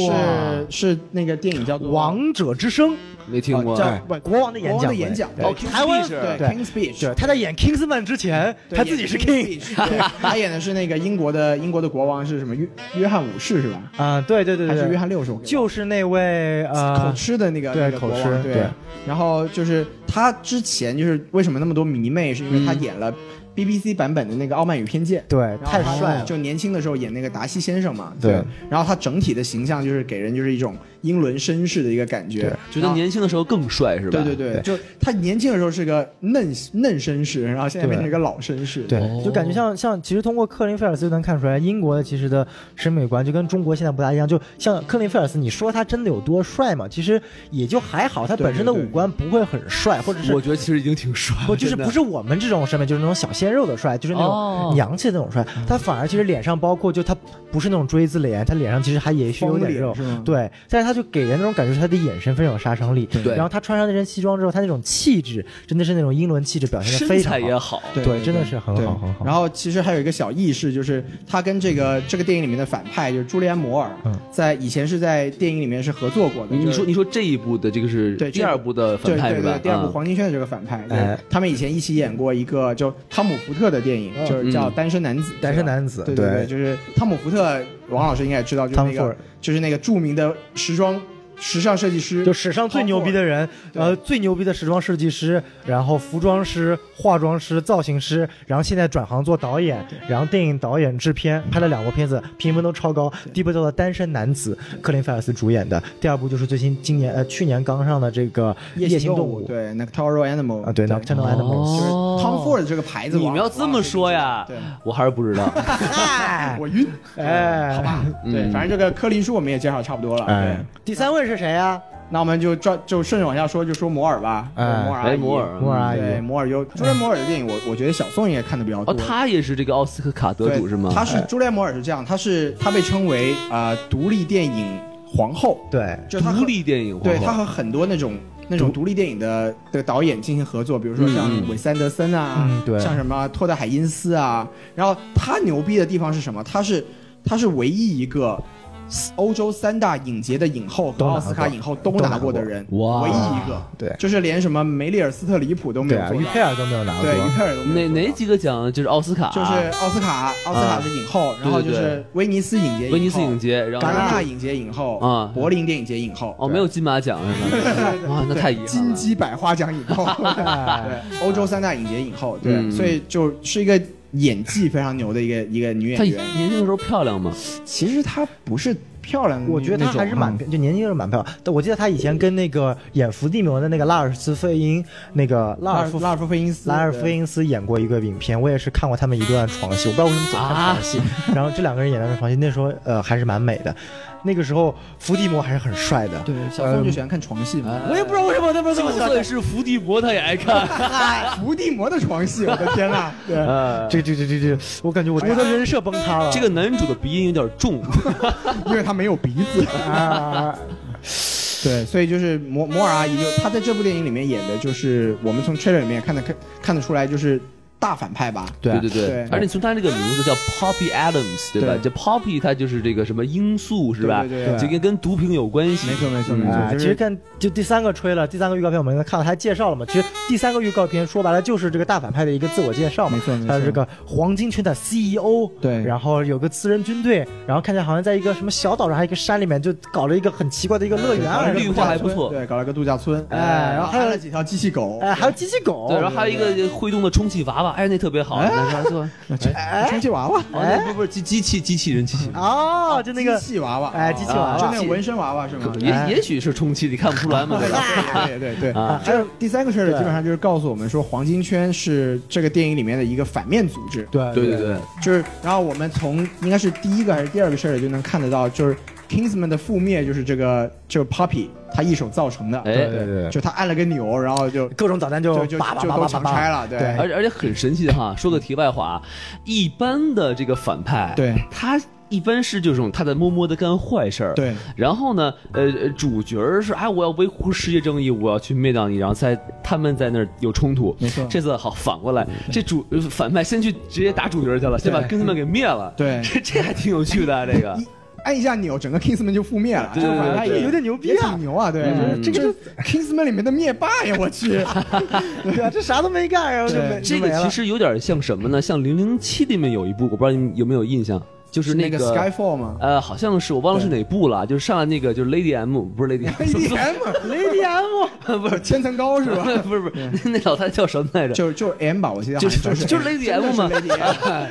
C: 哇
A: 是是那个电影叫
C: 《
A: 做
C: 王者之声
B: 没听过，
A: 啊
B: 哎
A: 叫》
C: 不，国王的演
A: 国哎王的
C: 讲会，
A: 演讲
C: 对
A: 哦
B: ，King's
C: 台湾
B: Speech
A: 对
C: 对
A: King's Speech，
C: 对，他在演 Kingsman 之前，
A: 对
C: 他自己是 King。
A: 对，他演的是那个英国的英国的国王是什么约约翰五世是吧？
C: 啊，对对对
A: 还是约
C: 对，
A: 翰六世？我给忘了
C: 就是那位
A: 口
C: 呃，
A: 吃的那个
C: 对
A: 那个国王
C: 口吃对
A: 对。然后就是他之前就是为什么那么多迷妹，是因为他
C: 嗯
A: 演了 BBC 版本的那个《傲慢与偏见》。
C: 对，
A: 然后哦
C: 太
A: 他
C: 帅了。
A: 就年轻的时候演那个达西先生嘛，
C: 对
A: 然后他整体的形象就是给人就是一种英伦绅士的一个感觉，
B: 觉得年轻的时候更帅，是吧？
A: 对对对，就他年轻的时候是个嫩嫩绅士，然后现在
C: 对
A: 变成一个老绅士，
C: 对
B: 哦，
C: 就感觉像像，其实通过克林菲尔斯就能看出来，英国的其实的审美观就跟中国现在不大一样。就像克林菲尔斯，你说他真的有多帅吗？其实也就还好，他
A: 对
C: 本身的
A: 对
C: 五
A: 对
C: 官不会很帅，或者是
B: 我觉得其实已经挺帅了，
C: 不就是
B: 真的
C: 不是我们这种审美，就是那种小鲜肉的帅，就是那
B: 哦
C: 种洋气的那种帅。
A: 嗯
C: 他反而其实脸上包括就他不是那种锥子脸，他脸上其实还也许有
A: 方
C: 点
A: 脸
C: 肉
A: 是，吗？
C: 对，但是他就给人那种感觉是他的眼神非常有杀伤力。
B: 对
C: 然后他穿上那身西装之后，他那种气质真的是那种英伦气质，表现的
B: 身
C: 非常
B: 材也
C: 好。
B: 好，
A: 对
C: 对，真的是很
A: 对
C: 好很好。
A: 然后其实还有一个小意识，就是他跟这个这个电影里面的反派就是朱利安·摩尔
C: 嗯，
A: 在以前是在电影里面是合作过的。
B: 你你
A: 就
B: 说
A: 是
B: 你说这一部的这个是
A: 对
B: 第二部的反
A: 对
B: 派
A: 对
B: 是吧
A: 对，？第二部
B: 嗯
A: 黄金圈的这个反派，就是
C: 哎
A: 他们以前一起演过一个就汤姆·福特的电影，就是叫《单身男子》。
C: 嗯单身
A: 子。
C: 男子，
A: 对对，就是汤姆·福特，王老师应该也知道，就是
C: 汤姆
A: 那
C: ·福
A: 个
C: 尔
A: 就是那个著名的时装时尚设计师，
C: 就史上最牛逼的人，
A: 对
C: 呃，最牛逼的时装设计师，然后服装师、化妆师、造型师，然后现在转行做导演，然后电影导演、制片，拍了两部片子，评分都超高。第一部叫做《单身男子》，克林·菲尔斯主演的；第二部就是最新今年呃去年刚上的这个《
A: 夜
C: 夜行动
A: 动
C: 物》
A: 对，Nocturnal Animal
C: 啊，对，《
A: 就
C: Nocturnal Animals》。
A: 是 Tom
B: 哦
A: Ford 这个牌子。
B: 你们
A: 王
B: 要
A: 老师
B: 这么
A: 应该
B: 说
A: 知道
B: 呀
A: 对。
B: 我还是不知 道，
C: 嗨
A: 我晕。
C: 哎，好吧，
A: 对，
B: 嗯
A: 反正这个柯林叔我们也介绍差不多了。
C: 哎
A: 对，，
C: 第三位是谁啊？
A: 那我们就照就顺着往下说，就说摩尔吧。
C: 哎
A: 对摩尔阿
B: 哎，
A: 姨，
B: 摩尔，
C: 莫尔阿姨
A: 对，摩尔有朱丽摩尔的电影，我我觉得小宋应该看的比较
B: 哦，
A: 多。
B: 他也是这个奥斯卡得
A: 对
B: 主是吗？
A: 他是
C: 哎
A: 朱丽摩尔是这样，他是他被称为啊独立电影皇后，
C: 对，
A: 就他和
B: 独，立电影皇后，
A: 对他和很多那种。那种独立电影的的导演进行合作，比如说像
B: 嗯嗯
A: 韦斯安德森啊，
C: 嗯对
A: 像什么托德海因斯啊。然后他牛逼的地方是什么？他是他是唯一一个欧洲三大影节的影后和
C: 都拿
A: 奥斯卡
C: 过
A: 影后都
C: 都拿
A: 拿过的
C: 过
A: 人，
B: 哇
A: 唯一一个。
C: 对
A: 就是连什么梅丽尔·斯特里普都没
C: 对
A: 有
C: 啊，
A: 做
C: 于
A: 到
C: 佩尔都没有拿过。
A: 对，于佩尔都没
B: 哪哪
A: 有做到
B: 几个奖就是奥斯卡，啊
A: 就是奥斯卡，奥斯卡
C: 啊
A: 是影后，然后就
B: 对对
A: 是
B: 对
A: 威尼斯影节，
B: 威尼斯影，节，然后
A: 戛纳影节影后，
B: 啊
A: 柏林电影节影后，
B: 哦，没有金马奖是吧？哇，那太遗憾
A: 金
B: 了。
A: 鸡百花奖影后，对，欧洲三大影节影后，对，
B: 嗯
A: 所以就是一个演技非常牛的一个一个女
B: 她
A: 演员。
B: 年轻的时候漂亮吗？
A: 其实她不是漂亮的那，
C: 我觉得她还是蛮
A: 那种
C: 漂，就年轻是蛮漂亮。但我记得她以前跟那个演伏地魔的那个拉尔斯费因，那个拉
A: 拉
C: 尔
A: 尔
C: 夫
A: 拉尔夫·费因斯，
C: 拉尔夫·因斯演过一个影片，我也是看过他们一段床戏，我不知道为什么总看床戏。然后这两个人演那段床戏，那时候呃还是蛮美的，那个时候伏地魔还是很帅的。
A: 对，小宋就喜欢看床戏嘛。
C: 我也不知道为什么他们这
B: 就
C: 么喜
B: 算是伏地魔，他也爱看。
A: 嗨，呃伏地魔的床戏，我的天哪！对，
B: 呃，
C: 这这这这这，我感觉我我的人设崩塌了。
B: 这个男主的鼻音有点重，
A: 因为他没有鼻子。
C: 啊，
A: 对，所以就是摩摩尔阿姨就，她在这部电影里面演的就是我们从 trailer 里面看得看看得出来，就是大反派吧。
C: 对
B: 对
A: 对
B: 而且从他这个名字叫 Poppy Adams，对吧？
A: 对
B: 这 Poppy 它就是这个什么罂粟是吧？
A: 对对对
B: 就跟跟毒品有关系。
A: 没错没错
B: 嗯
A: 没错
C: 啊，
A: 就
C: 其
A: 是
C: 实看就第三个吹了，第三个预告片我们看到他介绍了嘛，其实第三个预告片说白了就是这个大反派的一个自我介绍嘛
A: 没，错没
C: 他
A: 错，
C: 是个黄金圈的 CEO，
A: 嗯对
C: 然后有个私人军队，然后看起来好像在一个什么小岛上，还有一个山里面，就搞了一个很奇怪的一个乐园
A: 搞
C: 啊
A: 了一个
C: 什么
B: 绿
C: 的，
B: 化还不错
A: 对，搞了个度假村，
C: 哎然后还有
A: 安了几条机器狗，
C: 哎，还有机器狗，
B: 对，然后还
C: 哦
B: 有一个会动的充气娃娃，哎，那特别好。那是吧
A: 哎充气娃娃，
B: 哦，那不不是机机器机器人机器人，
C: 哦，就那个
A: 机器娃娃，
C: 哎机器娃娃
A: 啊就那个纹身娃娃是吗？
C: 哎
B: 也也许是充气，你看不出来吗？对 吧？
A: 对对对对
B: 啊
A: 啊！就是第三个事儿呢，基本上就是告诉我们说，黄金圈是这个电影里面的一个反面组织。
C: 对
B: 对对对，
A: 就是，然后我们从应该是第一个还是第二个事儿就能看得到，就是 Kingsman 的覆灭就是这个这个 Poppy 他一手造成的，
B: 哎
C: 对对
A: 就他按了个钮，然后就
C: 各种导弹就
A: 就就
C: 叭叭
A: 就
C: 叭
A: 都
C: 叭叭
A: 强
C: 叭
A: 拆了，
C: 对
B: 而且而且很神奇的哈，说个题外话，啊，一般的这个反派，
A: 对
B: 他一般是这种他在默默的干坏事儿，。
A: 对
B: 然后呢，呃，呃主角儿是哎，我要维护世界正义，我要去灭掉你，然后在他们在那儿有冲突。
A: 没错
B: 这次好反过来，这主呃反派先去直接打主角去了，先把
A: 嗯对
B: 跟他们给灭了。
A: 对
B: 这 这还挺有趣的啊这个
A: 一。按一下 钮，整个 Kingsman 就覆灭了，
B: 对对对
A: 哎
B: 对
A: 也
C: 有点牛逼
A: 也
C: 啊
A: 挺牛啊，对，
B: 嗯
A: 这个是 Kingsman 里面的灭霸呀，我去，
C: 对啊，这啥都没干，然后就没
B: 这个其实有点像什么呢？像《零零七》里面有一部，我不知道你们有没有印象，就是
A: 那
B: 个
A: Skyfall 吗
B: 呃，好像是我忘了是
A: 对
B: 哪部了，就是上来那个就是 Lady M，不是 Lady
A: ？Lady
B: M，
A: M，
C: Lady M
B: 不是
A: 千层糕是 吧？
B: 不是不是，那那老太太叫什么来着？
A: 就就是 M 吧，我记得好
B: 就
A: 像
B: 是
A: 是
B: 就是
A: M
B: Lady M 嘛
A: 真的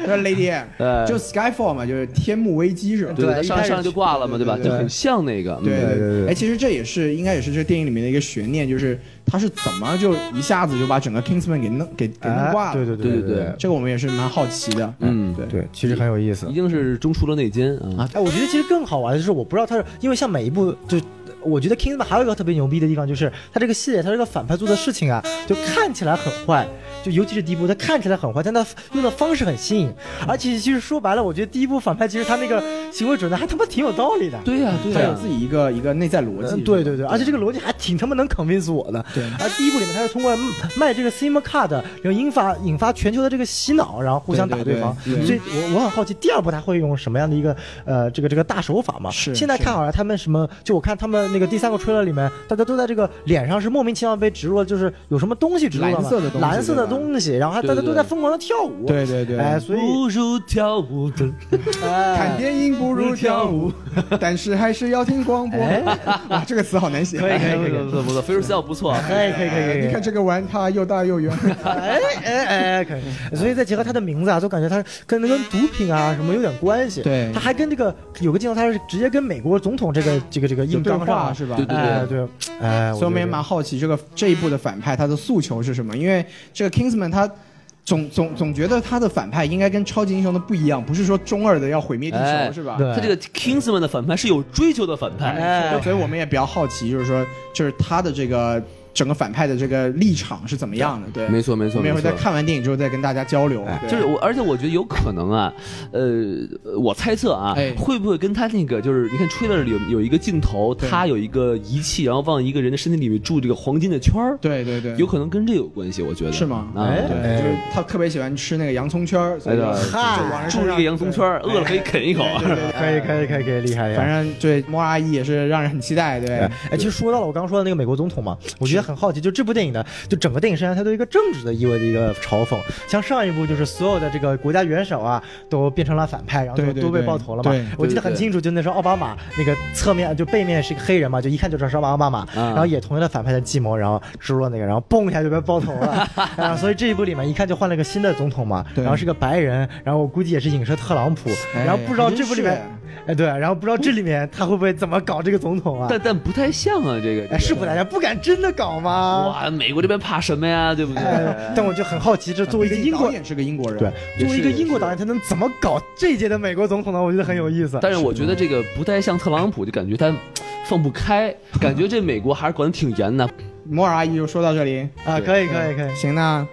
A: 是 Lady M，就是 Lady
B: 哎
A: M，就 Skyfall 嘛，就是天幕危机是吧？
B: 对，
C: 对
B: 上
C: 一
B: 来
C: 开始
B: 上来就挂了嘛，
A: 对
B: 吧？
A: 对
B: 就
A: 对
B: 很像那个，
A: 对
B: 嗯
C: 对对
A: 哎，其实这也是应该也是这电影里面的一个悬念，就是他是怎么就一下子就把整个 Kingsman 给弄给给弄挂了？
C: 哎对对
B: 哎对
C: 对
B: 对对
A: 这个我们也是蛮好奇的。
B: 嗯
A: 对
C: 对，其实很有意思
B: 一。定是中枢的内奸啊。
C: 哎，我觉得其实更好玩的是，我不知道他是因为像每一部就。我觉得 Kingsman 还有一个特别牛逼的地方，就是他这个系列，他这个反派做的事情啊，就看起来很坏，就尤其是第一部，他看起来很坏，但他用的方式很新颖，而且其实说白了，我觉得第一部反派其实他那个行为准则还他妈挺有道理的，
B: 对呀对
A: 他有
B: 呀
A: 自，己一个一个内在逻辑。
C: 嗯，对对对，而且这个逻辑还挺他妈能 convince 我的。
A: 对
C: 而第一部里面他是通过嗯卖这个 SIM card，然后引发引发全球的这个洗脑，然后互相打
A: 对对
C: 方。
A: 对对
C: 所以我我很好奇，第二部他会用什么样的一个呃这个这个大手法嘛？
A: 是
C: 现在看好了，他们什么？就我看他们那个第三个 trailer 里面，大家都在这个脸上是莫名其妙被植入了，就是有什么东西植入了嘛
A: 蓝色的东西
C: 蓝色的
A: 对吧
C: 东西，然后还大家
B: 对对
C: 都在疯狂的跳舞。
A: 对对对
C: 哎，所以
B: 不如跳舞的，
C: 哎
A: 看电影不如跳舞， 但是还是要听广播。 哇，这个词好难写。
C: 可以可以
B: 哎不错不错，飞如笑不错。
C: 可以可以可以可以，
A: 哎你看这个碗，它又大又圆。
C: 哎哎哎，可以。所以再结合他的名字啊，就感觉他跟跟毒品啊什么有点关系。
A: 对
C: 他还跟这个有个镜头，他是直接跟美国总统这个这个这个
A: 有
C: 硬
A: 对
C: 杠上
A: 话
C: 了
A: 是吧？
B: 对
C: 哎对，哎，
A: 所以我们也蛮好奇这个这一部的反派他的诉求是什么，因为这个 Kingsman 他总总总觉得他的反派应该跟超级英雄的不一样，不是说中二的要毁灭地球、
B: 哎
A: 是吧？
C: 对
B: 他这个 Kingsman 的反派是有追求的反派，
C: 哎
A: 所以我们也比较好奇，就是说就是他的这个整个反派的这个立场是怎么样的？对，
B: 没错没错
A: 我们
B: 没
A: 也会在
B: 错。
A: 看完电影之后再跟大家交流。对
B: 哎就是我，而且我觉得有可能啊，呃，我猜测啊，
A: 哎
B: 会不会跟他那个就是你看 trailer 里有有一个镜头，
A: 对
B: 他有一个仪器，然后往一个人的身体里面注这个黄金的圈儿，
A: 对对对，
B: 有可能跟这有关系，我觉得
A: 是吗？
B: 啊，
C: 哎
A: 对，
B: 对
A: 就是他特别喜欢吃那个洋葱圈儿，所以就
B: 哎对
A: 就往人
B: 注
A: 身
B: 这
A: 上
B: 个洋葱圈儿，
A: 对
B: 饿了可以啃一口。
A: 对对对对
C: 可以可以可以可以哎厉害呀。
A: 反正对莫阿姨也是让人很期待，对
C: 哎，。哎，其实说到了我刚刚说的那个美国总统嘛，我觉也很好奇，就这部电影呢，就整个电影生涯它都有一个政治的意味的一个嘲讽。像上一部就是所有的这个国家元首啊，都变成了反派，然后
A: 对
C: 都
A: 对
C: 都被
A: 对
C: 爆头了嘛
A: 对。
C: 我记得
B: 对对
C: 很清楚，就那时候奥巴马那个侧面就背面是一个黑人嘛，就一看就知道是奥巴
A: 啊
C: 马，
B: 嗯
C: 然后也同意了反派的计谋，然后植入了那个，然后嘣一下就被爆头了。 啊，所以这一部里面一看就换了个新的总统嘛，
A: 对
C: 然后是个白人，然后我估计也是影射特朗普，
A: 哎
C: 然后不知道这部里
A: 啊
C: 面。哎，对，然后不知道这里面他会不会怎么搞这个总统啊？
B: 但但不太像啊，这个
C: 哎，是不大家不敢真的搞吗？
B: 哇，美国这边怕什么呀？对不对？
C: 哎，但我就很好奇，这作为一个英
A: 导
C: 国，
A: 演是个英国人，
C: 对，
B: 也
C: 作为一个
B: 是
C: 英国导演，他能怎么搞这一届的美国总统呢？我觉得很有意思。
B: 但是我觉得这个不太像特朗普，就感觉他放不开，感觉这美国还是管得挺严的。
A: 摩尔阿姨就说到这里，
C: 啊，
B: 对嗯
C: 可以，可以，可以。
A: 行，那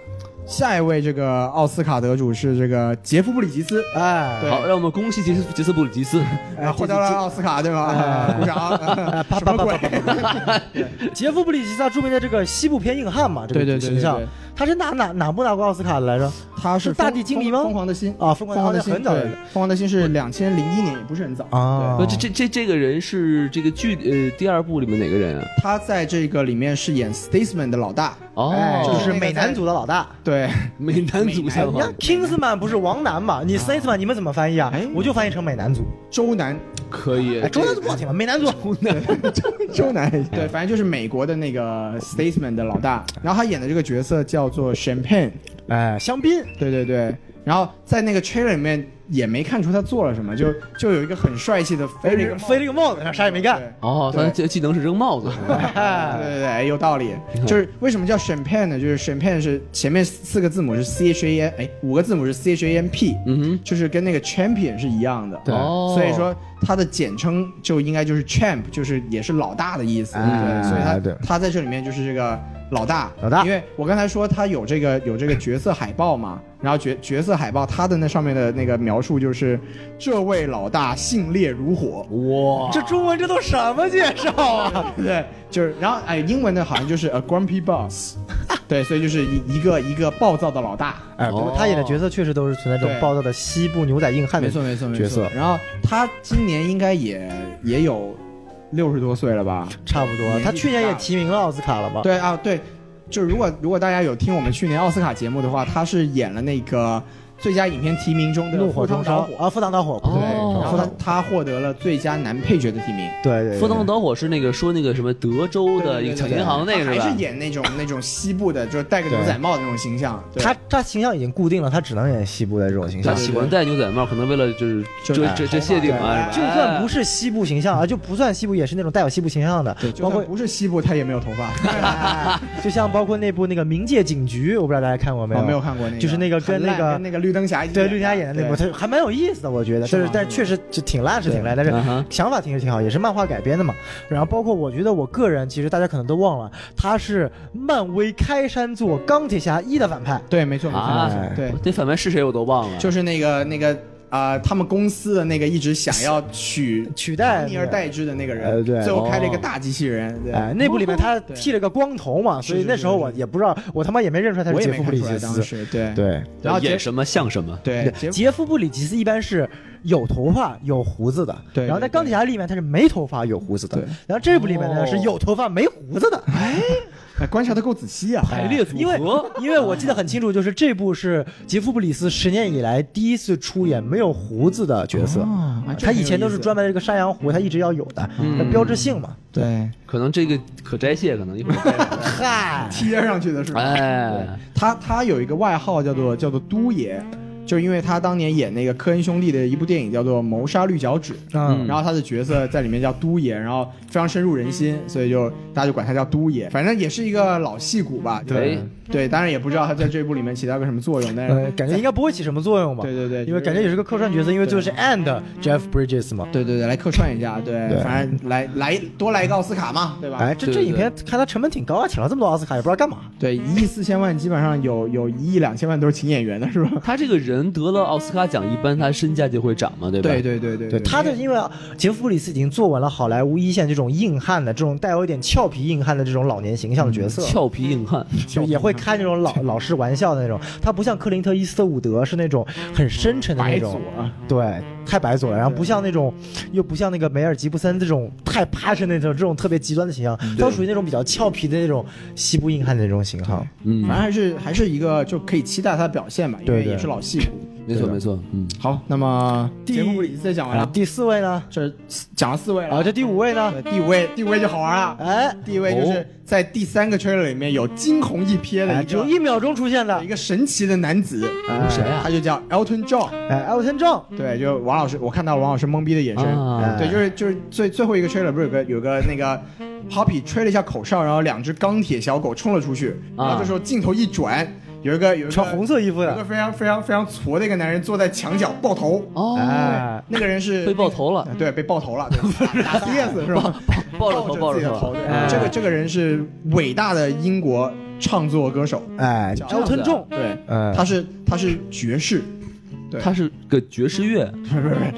A: 下一位这个奥斯卡得主是这个杰夫布里吉斯，
C: 哎，
A: 对
B: 好，让我们恭喜杰斯杰斯布里吉斯，
A: 哎获得了奥斯卡对
C: 哎
A: 吧？ 鼓掌，什么鬼？
C: 杰夫·布里吉萨著名的这个西部片硬汉嘛，这个形象，，他是拿哪哪部拿过奥斯卡的来
B: 哦
C: 着？
A: 他是
C: 是大地精灵吗
A: 疯疯狂的心
C: 啊，疯狂
A: 疯狂的
C: 的
A: 心
C: 很早
A: 对
C: 的
A: 疯狂的心是两千零一年，也不是很早
C: 啊
A: 对
B: 呃不这这这这个人是这个剧呃第二部里面哪个人啊？
A: 他在这个里面饰演 Statesman 的老大，
B: 哦，
C: 哎就是美男组的老大。
A: 对，
B: 美男足球
C: 你看 Kingsman 不是王楠嘛？你 Statesman 你们怎么翻译啊
A: 哎？
C: 我就翻译成美男组。
A: 周南，
B: 可以
C: 哎，，中南组不好听吗？美男组。
A: 周南，对，反正就是美国的那个 Statesman 的老大，然后他演的这个角色叫做 Champagne，
C: 哎，香槟。
A: 对对对，然后在那个 trailer 里面也没看出他做了什么，就就有一个很帅气的飞了一个帽子
C: 飞了一个帽子，啥也没干。
A: 对
B: 哦，他技技能是扔帽子，
A: 对
C: 哎，
A: 对对，有道理。就是为什么叫 champagne 呢？就是 champagne 是前面四个字母是 C H A N，哎，五个字母是 C H A N P，
B: 嗯
A: 就是跟那个 champion 是一样的。
B: 对哦
A: 所以说它的简称就应该就是 champ，就是也是老大的意思。
C: 哎
A: 对，所以他
C: 对
A: 他在这里面就是这个老大。
C: 老大
A: 因为我刚才说他有这个有这个角色海报嘛，然后角角色海报他的那上面的那个描述就是这位老大性烈如火。
B: 哼，哇，
C: 哦这中文这都什么介绍啊？
A: 对，就是，然后哎，英文的好像就是 a grumpy boss，对，所以就是一一个一个暴躁的老大，
C: 哎，不过他演的角色确实都是存在这
A: 对
C: 种暴躁的西部牛仔硬汉的。
A: 没错
C: 角色
A: 然后他今年应该也也有六十多岁了吧？
C: 差不
A: 年
C: 多。
A: 纪
C: 他去年也
A: 大
C: 提名了奥斯卡了嘛？
A: 对啊，对，就如果如果大家有听我们去年奥斯卡节目的话，他是演了那个最佳影片提名中的《
C: 怒火中烧
A: 赴汤蹈火
C: 啊，赴汤蹈火。
B: 哦
A: 对，然后
C: 哦
A: 他他获得了最佳男配角的提名。
C: 对对对，
B: 赴汤蹈火是那个说那个什么德州的
A: 对
B: 一
A: 对
B: 个
A: 对
B: 抢
A: 对
B: 银行那
A: 他
B: 个是
A: 还
B: 吧
A: 哎是？演那种那种西部的，就是戴个牛
C: 对
A: 仔帽的那种形象。对
C: 他他形象已经固定了，他只能演西部的这种形
B: 他
C: 象。
A: 对
B: 喜欢戴牛仔帽，可能为了就是遮
A: 就是哎
B: 遮遮谢顶啊，
A: 对
C: 就算不
B: 是
C: 是西部形象啊，就不算西部，也是那种带有西部形 象的
A: 对，，就
C: 包括
A: 算不是西部，他也没有头发。
C: 哎就像包括那部那个《冥界警局》，我不知道大家看过没
A: 我
C: 有？
A: 哦没有看过那个，
C: 就是那个跟
A: 很
C: 那
A: 烂
C: 个
A: 跟那个绿灯侠一起
C: 对，绿家演的那部，
A: 对
C: 它还蛮有意思的，我觉得。
A: 是
C: 就是
A: 吗
C: 但
A: 是
C: 确实就挺烂，是挺烂，但是
B: 嗯哼
C: 想法挺是挺好，也是漫画改编的嘛。然后包括我觉得我个人，其实大家可能都忘了，他是漫威开山作《钢铁侠一》的反派。
A: 对，没错，没错，
B: 啊
A: 没错，对，
B: 这反派是谁我都忘了，
A: 就是那个那个啊、他们公司的那个一直想要取
C: 取代
A: 尼尔代之的那个人，
C: 呃对
A: 最后开了一个
B: 哦
A: 大机器人，对。
C: 哎，那部里面他
A: 哦对
C: 剃了个光头嘛，所以那时候我也不知道，我他妈也没认出来他
A: 我
C: 是
A: 也
C: 杰
A: 没
C: 夫·布
A: 看
C: 里
A: 出来
C: 吉
A: 当
C: 斯。
A: 时，对
C: 对，
A: 然后杰
B: 演什么像什么。
A: 对杰
C: 杰夫·布里吉斯一般是有头发有胡子的，
A: 对
C: 然后在
A: 对对
C: 钢铁侠里面他是没头发有胡子的
A: 对，
C: 然后这部里面呢
B: 哦
C: 是有头发没胡子的，
A: 哎观察的够仔细啊，
B: 排列组
C: 因为
B: 合，
C: 因为我记得很清楚，就是这部是杰夫·布里斯十年以来第一次出演没有胡子的角色，
A: 哦啊这
C: 他
A: 很有
C: 以前都
A: 意
C: 是
A: 思嗯
C: 专门这个山羊胡，他一直要有的，那标志性嘛。
A: 对
B: 可能这个可摘卸，可能一会 儿。
C: 嗨，
A: 贴上去的是吧？
B: 哎，
A: 他他有一个外号叫做叫做都爷，就是因为他当年演那个科恩兄弟的一部电影叫做《谋杀绿脚趾》，
C: 嗯
A: 然后他的角色在里面叫都爷，然后非常深入人心，所以就大家就管他叫都爷，反正也是一个老戏骨吧。
B: 对
A: 对，当然也不知道他在这部里面起到个什么作用，但
C: 呃
A: 是，
C: 感觉应该不会起什么作用吧？
A: 对对对
C: 因为感觉也是个客串角色，因为最后是 and Jeff Bridges 嘛。
A: 对对对，来客串一下，对，
C: 对
A: 反正来来多来一个奥斯卡嘛，对吧？
C: 哎，这这
B: 对对
C: 影片看他成本挺高啊，请了这么多奥斯卡也不知道干嘛。
A: 对，一亿四千万基本上有有一亿两千万都是请演员的是吧？
B: 他这个人人得了奥斯卡奖，一般他身价就会涨嘛，对吧？
A: 对对对对
C: 对，他的因为杰夫·布里斯已经做完了好莱坞一线这种硬汉的、这种带有一点俏皮硬汉的这种老年形象的角色，
B: 俏皮硬汉，
C: 就也会开那种老老式玩笑的那种。他不像克林特·伊斯特伍德是那种很深沉的那
A: 白
C: 种
A: 左，，
C: 对，太白左了。然后不像那种，又不像那个梅尔吉布森这种太 passion 那种这种特别极端的形象，都属于那种比较俏皮的那种西部硬汉的那种型号。
B: 嗯
A: 反，正还是还是一个就可以期待他的表现吧，因为
C: 对对
A: 也是老戏骨。
B: 没错没错，嗯，
A: 好，那么
C: 第
A: 节目布里斯讲完
C: 啊
A: 了，
C: 第四位呢？
A: 这讲了四位了，
C: 啊，这第五位呢？
A: 对第五位第五位就好玩了，
C: 哎，
A: 第一位
B: 哦
A: 就是在第三个 trailer 里面有惊鸿一瞥的
C: 哎
A: 一
C: 只有
A: 个
C: 一秒钟出现的
A: 一，个神奇的男子，
C: 哎
B: 谁啊
A: 他就叫 Elton John。
C: 哎，艾文森正，
A: 对，就王老师，我看到了王老师懵逼的眼神。
B: 啊
A: 对，就是就是最最后一个 trailer 不是有个有个那个 Poppy 吹了一下口哨，然后两只钢铁小狗冲了出去，
B: 啊
A: 然后这时候镜头一转，有一个有一个
C: 穿红色衣服
A: 有一个
C: 的，
A: 非常非常非常矬的一个男人坐在墙角爆头，
B: 哦，
C: 哎，
A: 那个人是
B: 被爆头了，
A: 对，被爆头了， 对，打打 CS 是吧？
B: 抱着头抱
A: 自己
B: 着
A: 的头，
B: 头
A: 对，
B: 哎
A: 这个这个人是伟大的英国唱作歌手，
C: 哎，
A: 这样子
C: 艾文正，
A: 对，
C: 嗯，
A: 他是他是爵士，对
B: 他是个爵士乐，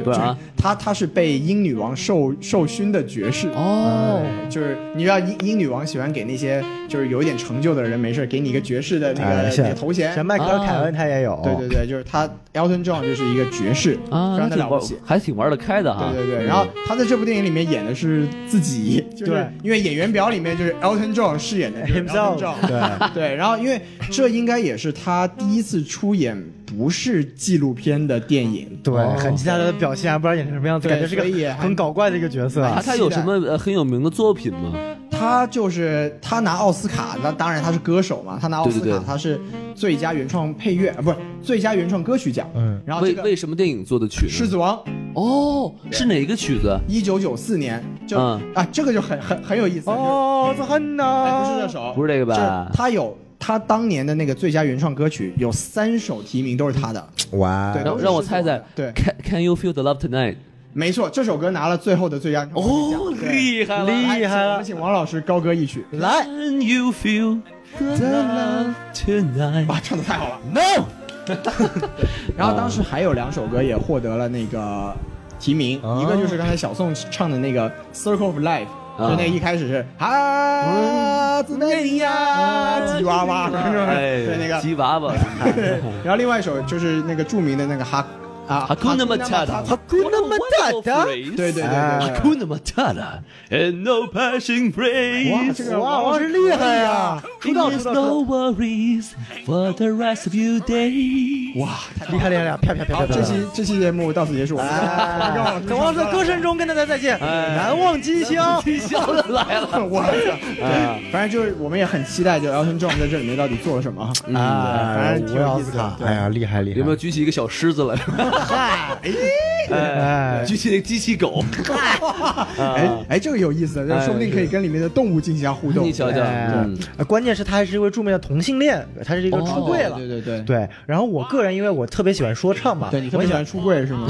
B: 对啊，
A: 他他是被英女王授授勋的爵士。
B: 哦，
A: 对就是你知道英英女王喜欢给那些就是有一点成就的人没事儿给你一个爵士的那个、
C: 哎是
A: 那个头衔
C: 像，迈克尔·凯恩他也有，
A: 对对对，就是他 Elton John 就是一个爵士，
B: 啊，
A: 非
B: 那
A: 常的
B: 挺
A: 了不
B: 玩
A: 起，。
B: 还挺玩得开的哈。嗯
A: 对对对，然后他在这部电影里面演的是 自己，就是
C: 对
A: 因为演员表里面就是 Elton John 饰演的就是
C: Himself
A: Elton John，
C: 对，
A: 对，然后因为这应该也是他第一次出演不是纪录片的电影，哦
C: 对，很期待他的表现，啊不知道演成什么样子，
A: 对
C: 感觉是
A: 所以也
C: 个
A: 还
C: 很搞怪的一个角色。
B: 啊，他有什么呃很有名的作品吗？
A: 他就是他拿奥斯卡，那当然他是歌手嘛，他拿奥斯卡，
B: 对对对
A: 他是最佳原创配乐啊，不是最佳原创歌曲奖。
C: 嗯，
A: 然后这
B: 为
A: 个《
B: 为什么电影做的曲呢？
A: 狮子王》
B: 哦，是哪个曲子？
A: 一九九四年就、
B: 嗯
A: 啊，这个就很很很有意思。就是
C: 哦，这很
A: 哎
C: 难，
A: 不是这首，
B: 不是这个吧
A: 就？他有他当年的那个最佳原创歌曲，有三首提名都是他的。
C: 哇
A: 对，
B: 让
A: 都是
B: 让我
A: 狮子
B: 猜
A: 王的
B: 猜
A: 对，
B: Can Can you feel the love tonight？
A: 没错，这首歌拿了最后的最佳原创歌
B: 哦
A: 曲奖。对哎
B: 害
C: 厉
A: 来请
C: 害了
A: 我们请王老师高歌一曲。
C: 来
B: Can you feel the love tonight？
A: 哇，唱的太好了。
C: ，no，
A: 然后当时还有两首歌也获得了那个提名，
C: 哦
A: 一个就是刚才小宋唱的那个《Circle of Life》。就那个一开始是啊，怎么呀，吉娃娃，
B: 哎，
A: 对那个，
B: 嗯吉娃 娃，
A: 然后另外一首就是那个著名的那个哈啊，
B: 哈库那么恰达，
A: 哈
B: 库那么恰达，
A: 对对对
C: 哎
A: 对
B: 哈
A: 对，
B: 库那么恰达，and no passing
A: 哇，
B: praise。
A: 这个
C: 哇，
A: 王
C: 王
A: 老
C: 是
A: 师
C: 厉害呀，出道
B: There's
C: 出道，
B: no worries for the rest of your days。
A: 哇，
C: 厉害厉害厉害，啪啪啪
A: 好，
C: 啪啪，
A: 这期这期节目到此结束，我们
C: 哎
A: 跟王
C: 在王者歌声中跟大家再见，难忘今宵。
B: 你笑的来了。
A: 我对，反正就是我们也很期待，就 Elton John 在这里面到底做了什么。
C: 啊，
A: 反正挺有意思的
C: 卡，
A: 对
C: 哎呀，厉害厉害！
B: 有没有举起一个小狮子来？
C: 哎
B: 举起那个机器狗。
A: 哎哎，这个有意思，这说不定可以跟里面的动物进行一下互动。
B: 你瞧瞧，
C: 哎
B: 嗯，
C: 呃关键是他还是一位著名的同性恋，他是一个
B: 哦
C: 出柜了。
A: 对对对对，
C: 对，然后我个人因为我特别喜欢说唱嘛，
A: 对你特
C: 我
A: 别
C: 也
A: 喜
C: 喜
A: 欢
C: 欢，
A: 出柜是吗？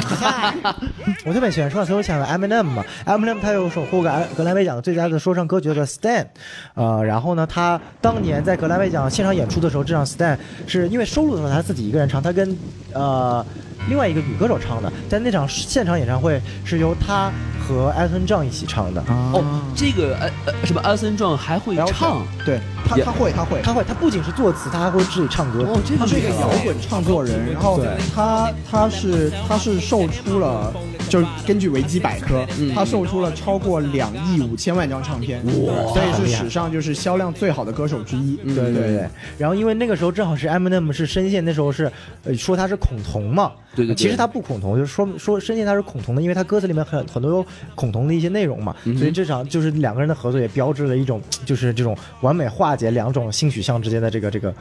C: 我特别喜欢说唱，所以我想到 Eminem 嘛，Eminem 他有首获格格莱美奖最佳的说唱歌曲叫《Stand》，呃，然后呢，他当年在格莱美奖现场演出的时候，这场《Stand》是因为收录的时候他自己一个人唱，他跟呃另外一个女歌手唱的，但那场现场演唱会是由他和 Elton John 一起唱的。
B: 哦，这个呃呃什么安森壮还会
A: 然后
B: 唱，
A: 对他
B: 也
A: 他会他会，
C: 他会，他不仅是作词，他还会自己唱歌。
B: 哦，这
A: 他
B: 个
A: 是一个
B: 厉害
A: 摇滚唱作人，然后
C: 对
A: 他他是他是售出了，就是根据维基百科，
C: 嗯
A: 他售出了超过两亿五千万张唱片，所以是史上就是销量最好的歌手之一。对
C: 嗯对对
A: 对
C: 对，然后因为那个时候正好是 Eminem 是深陷，那时候是，呃，说他是恐同嘛，
B: 对对对
C: 其实他不恐同，就是说说深陷他是恐同的，因为他歌词里面很很多有恐同的一些内容嘛，
A: 嗯
C: 所以这场就是两个人的合作也标志了一种就是这种完美化解两种性取向之间的这个这个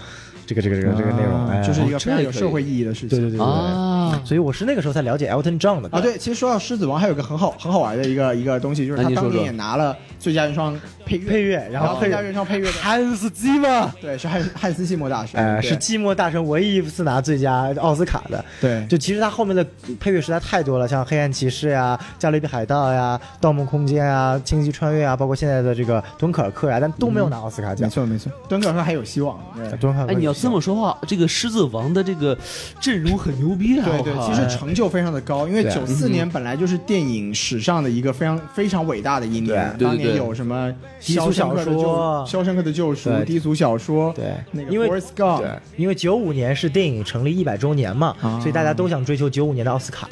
C: 这个这个这个这个内容，哎，
A: 嗯啊就是一个
B: 哦
A: 非
B: 这也
A: 常有
B: 可以
A: 社会意义的事情。
C: 对对对对对，
B: 啊。
C: 所以我是那个时候才了解 Elton John 的
A: 啊，，对，其实说到《狮子王》，还有一个很好很好玩的一个一个东西，就是
B: 那
A: 他
B: 你说
A: 当年
B: 说
A: 也拿了最佳原创配乐，
C: 配乐，然
A: 然
C: 后
A: 后
C: 配
A: 最佳
C: 乐
A: 原创配乐的，
C: 汉斯季嘛，
A: 对，是汉汉斯季默大师，
C: 哎，
A: 对
C: 是寂寞大神唯一一次拿最佳奥斯卡的，
A: 对，
C: 就其实它后面的配乐实在太多了，像《黑暗骑士》呀、《加勒比海盗》呀、《盗梦空间》啊、《星际穿越》啊，包括现在的这个《敦刻尔克》呀，但都没有拿奥斯卡
A: 没
C: 奖。
A: 错没错，敦刻尔克还有希望，对
C: 敦刻尔克
B: 哎，
C: 嗯有
B: 你要这么说话，这个《狮子王》的这个阵容很牛逼啊！
A: 对
B: 我
A: 对，
B: 靠
A: 其实成就非常的高，因为
B: 啊
D: 对
A: 九
B: 嗯
A: 四年本来就是电影史上的一个非常非常伟大的一年，
B: 对对对
A: 当年有什么《
C: 低
A: 肖
C: 俗
A: 申
C: 小
A: 克的救
B: 啊
C: 说
A: 肖申克的救赎》、
D: 对
A: 低俗小说，
D: 对
A: 那个
C: 因为
A: Forrest Gump，
D: 对
C: 因为九五年是电影成立一百周年嘛，
A: 啊
C: 所以大家都想追求九五年的奥斯卡，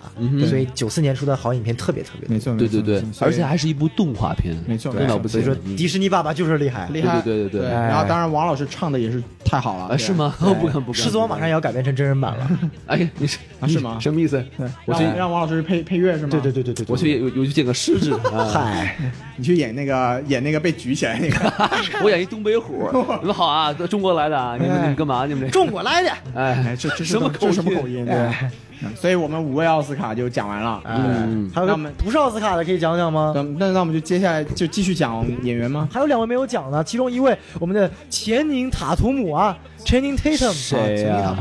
C: 所以九四年出的好影片特别特别
A: 没
C: 多。
A: 错，没
B: 对
A: 错
B: 对对
A: 没，错
B: 而且还是一部动画片，
A: 没错，
B: 更
A: 没
B: 了
A: 错
B: 不起
C: 所以说
B: 了。嗯
C: 迪士尼爸爸就是厉害，
A: 厉害，
B: 对对对对对
A: 然后当然王老师唱的也是太好了，
B: 啊，
A: 对
B: 是？吗？不敢不敢，不敢
C: 《狮子王》马上也要改编成真人版了。
B: 哎，你是
A: 啊是吗
B: 什么意思？
A: 对，
B: 我去
A: 让让王老师配配乐是吗？
C: 对对，对对对，对
B: 我去，我去见个狮子，啊
C: 嗨，
A: 你去演那个演那个被举起来 那个，
B: 我演一东北虎。 你们好啊，中国来的啊，你们
C: 哎
B: 你们干嘛？你们这
C: 中国啊来的，
B: 哎
A: 哎，这这是
B: 什么
A: 这是什么
B: 口哎
A: 口音？对，嗯所以我们五位奥斯卡就讲完了。
B: 嗯
C: 还
A: 那
C: 有
A: 我们
C: 不是奥斯卡的可以讲讲吗？
A: 那那那我们就接下来就继续讲演员吗？
C: 还有两位没有讲呢，其中一位我们的前宁塔图姆啊，Channing Tatum，
B: 谁
C: 啊
B: 呀？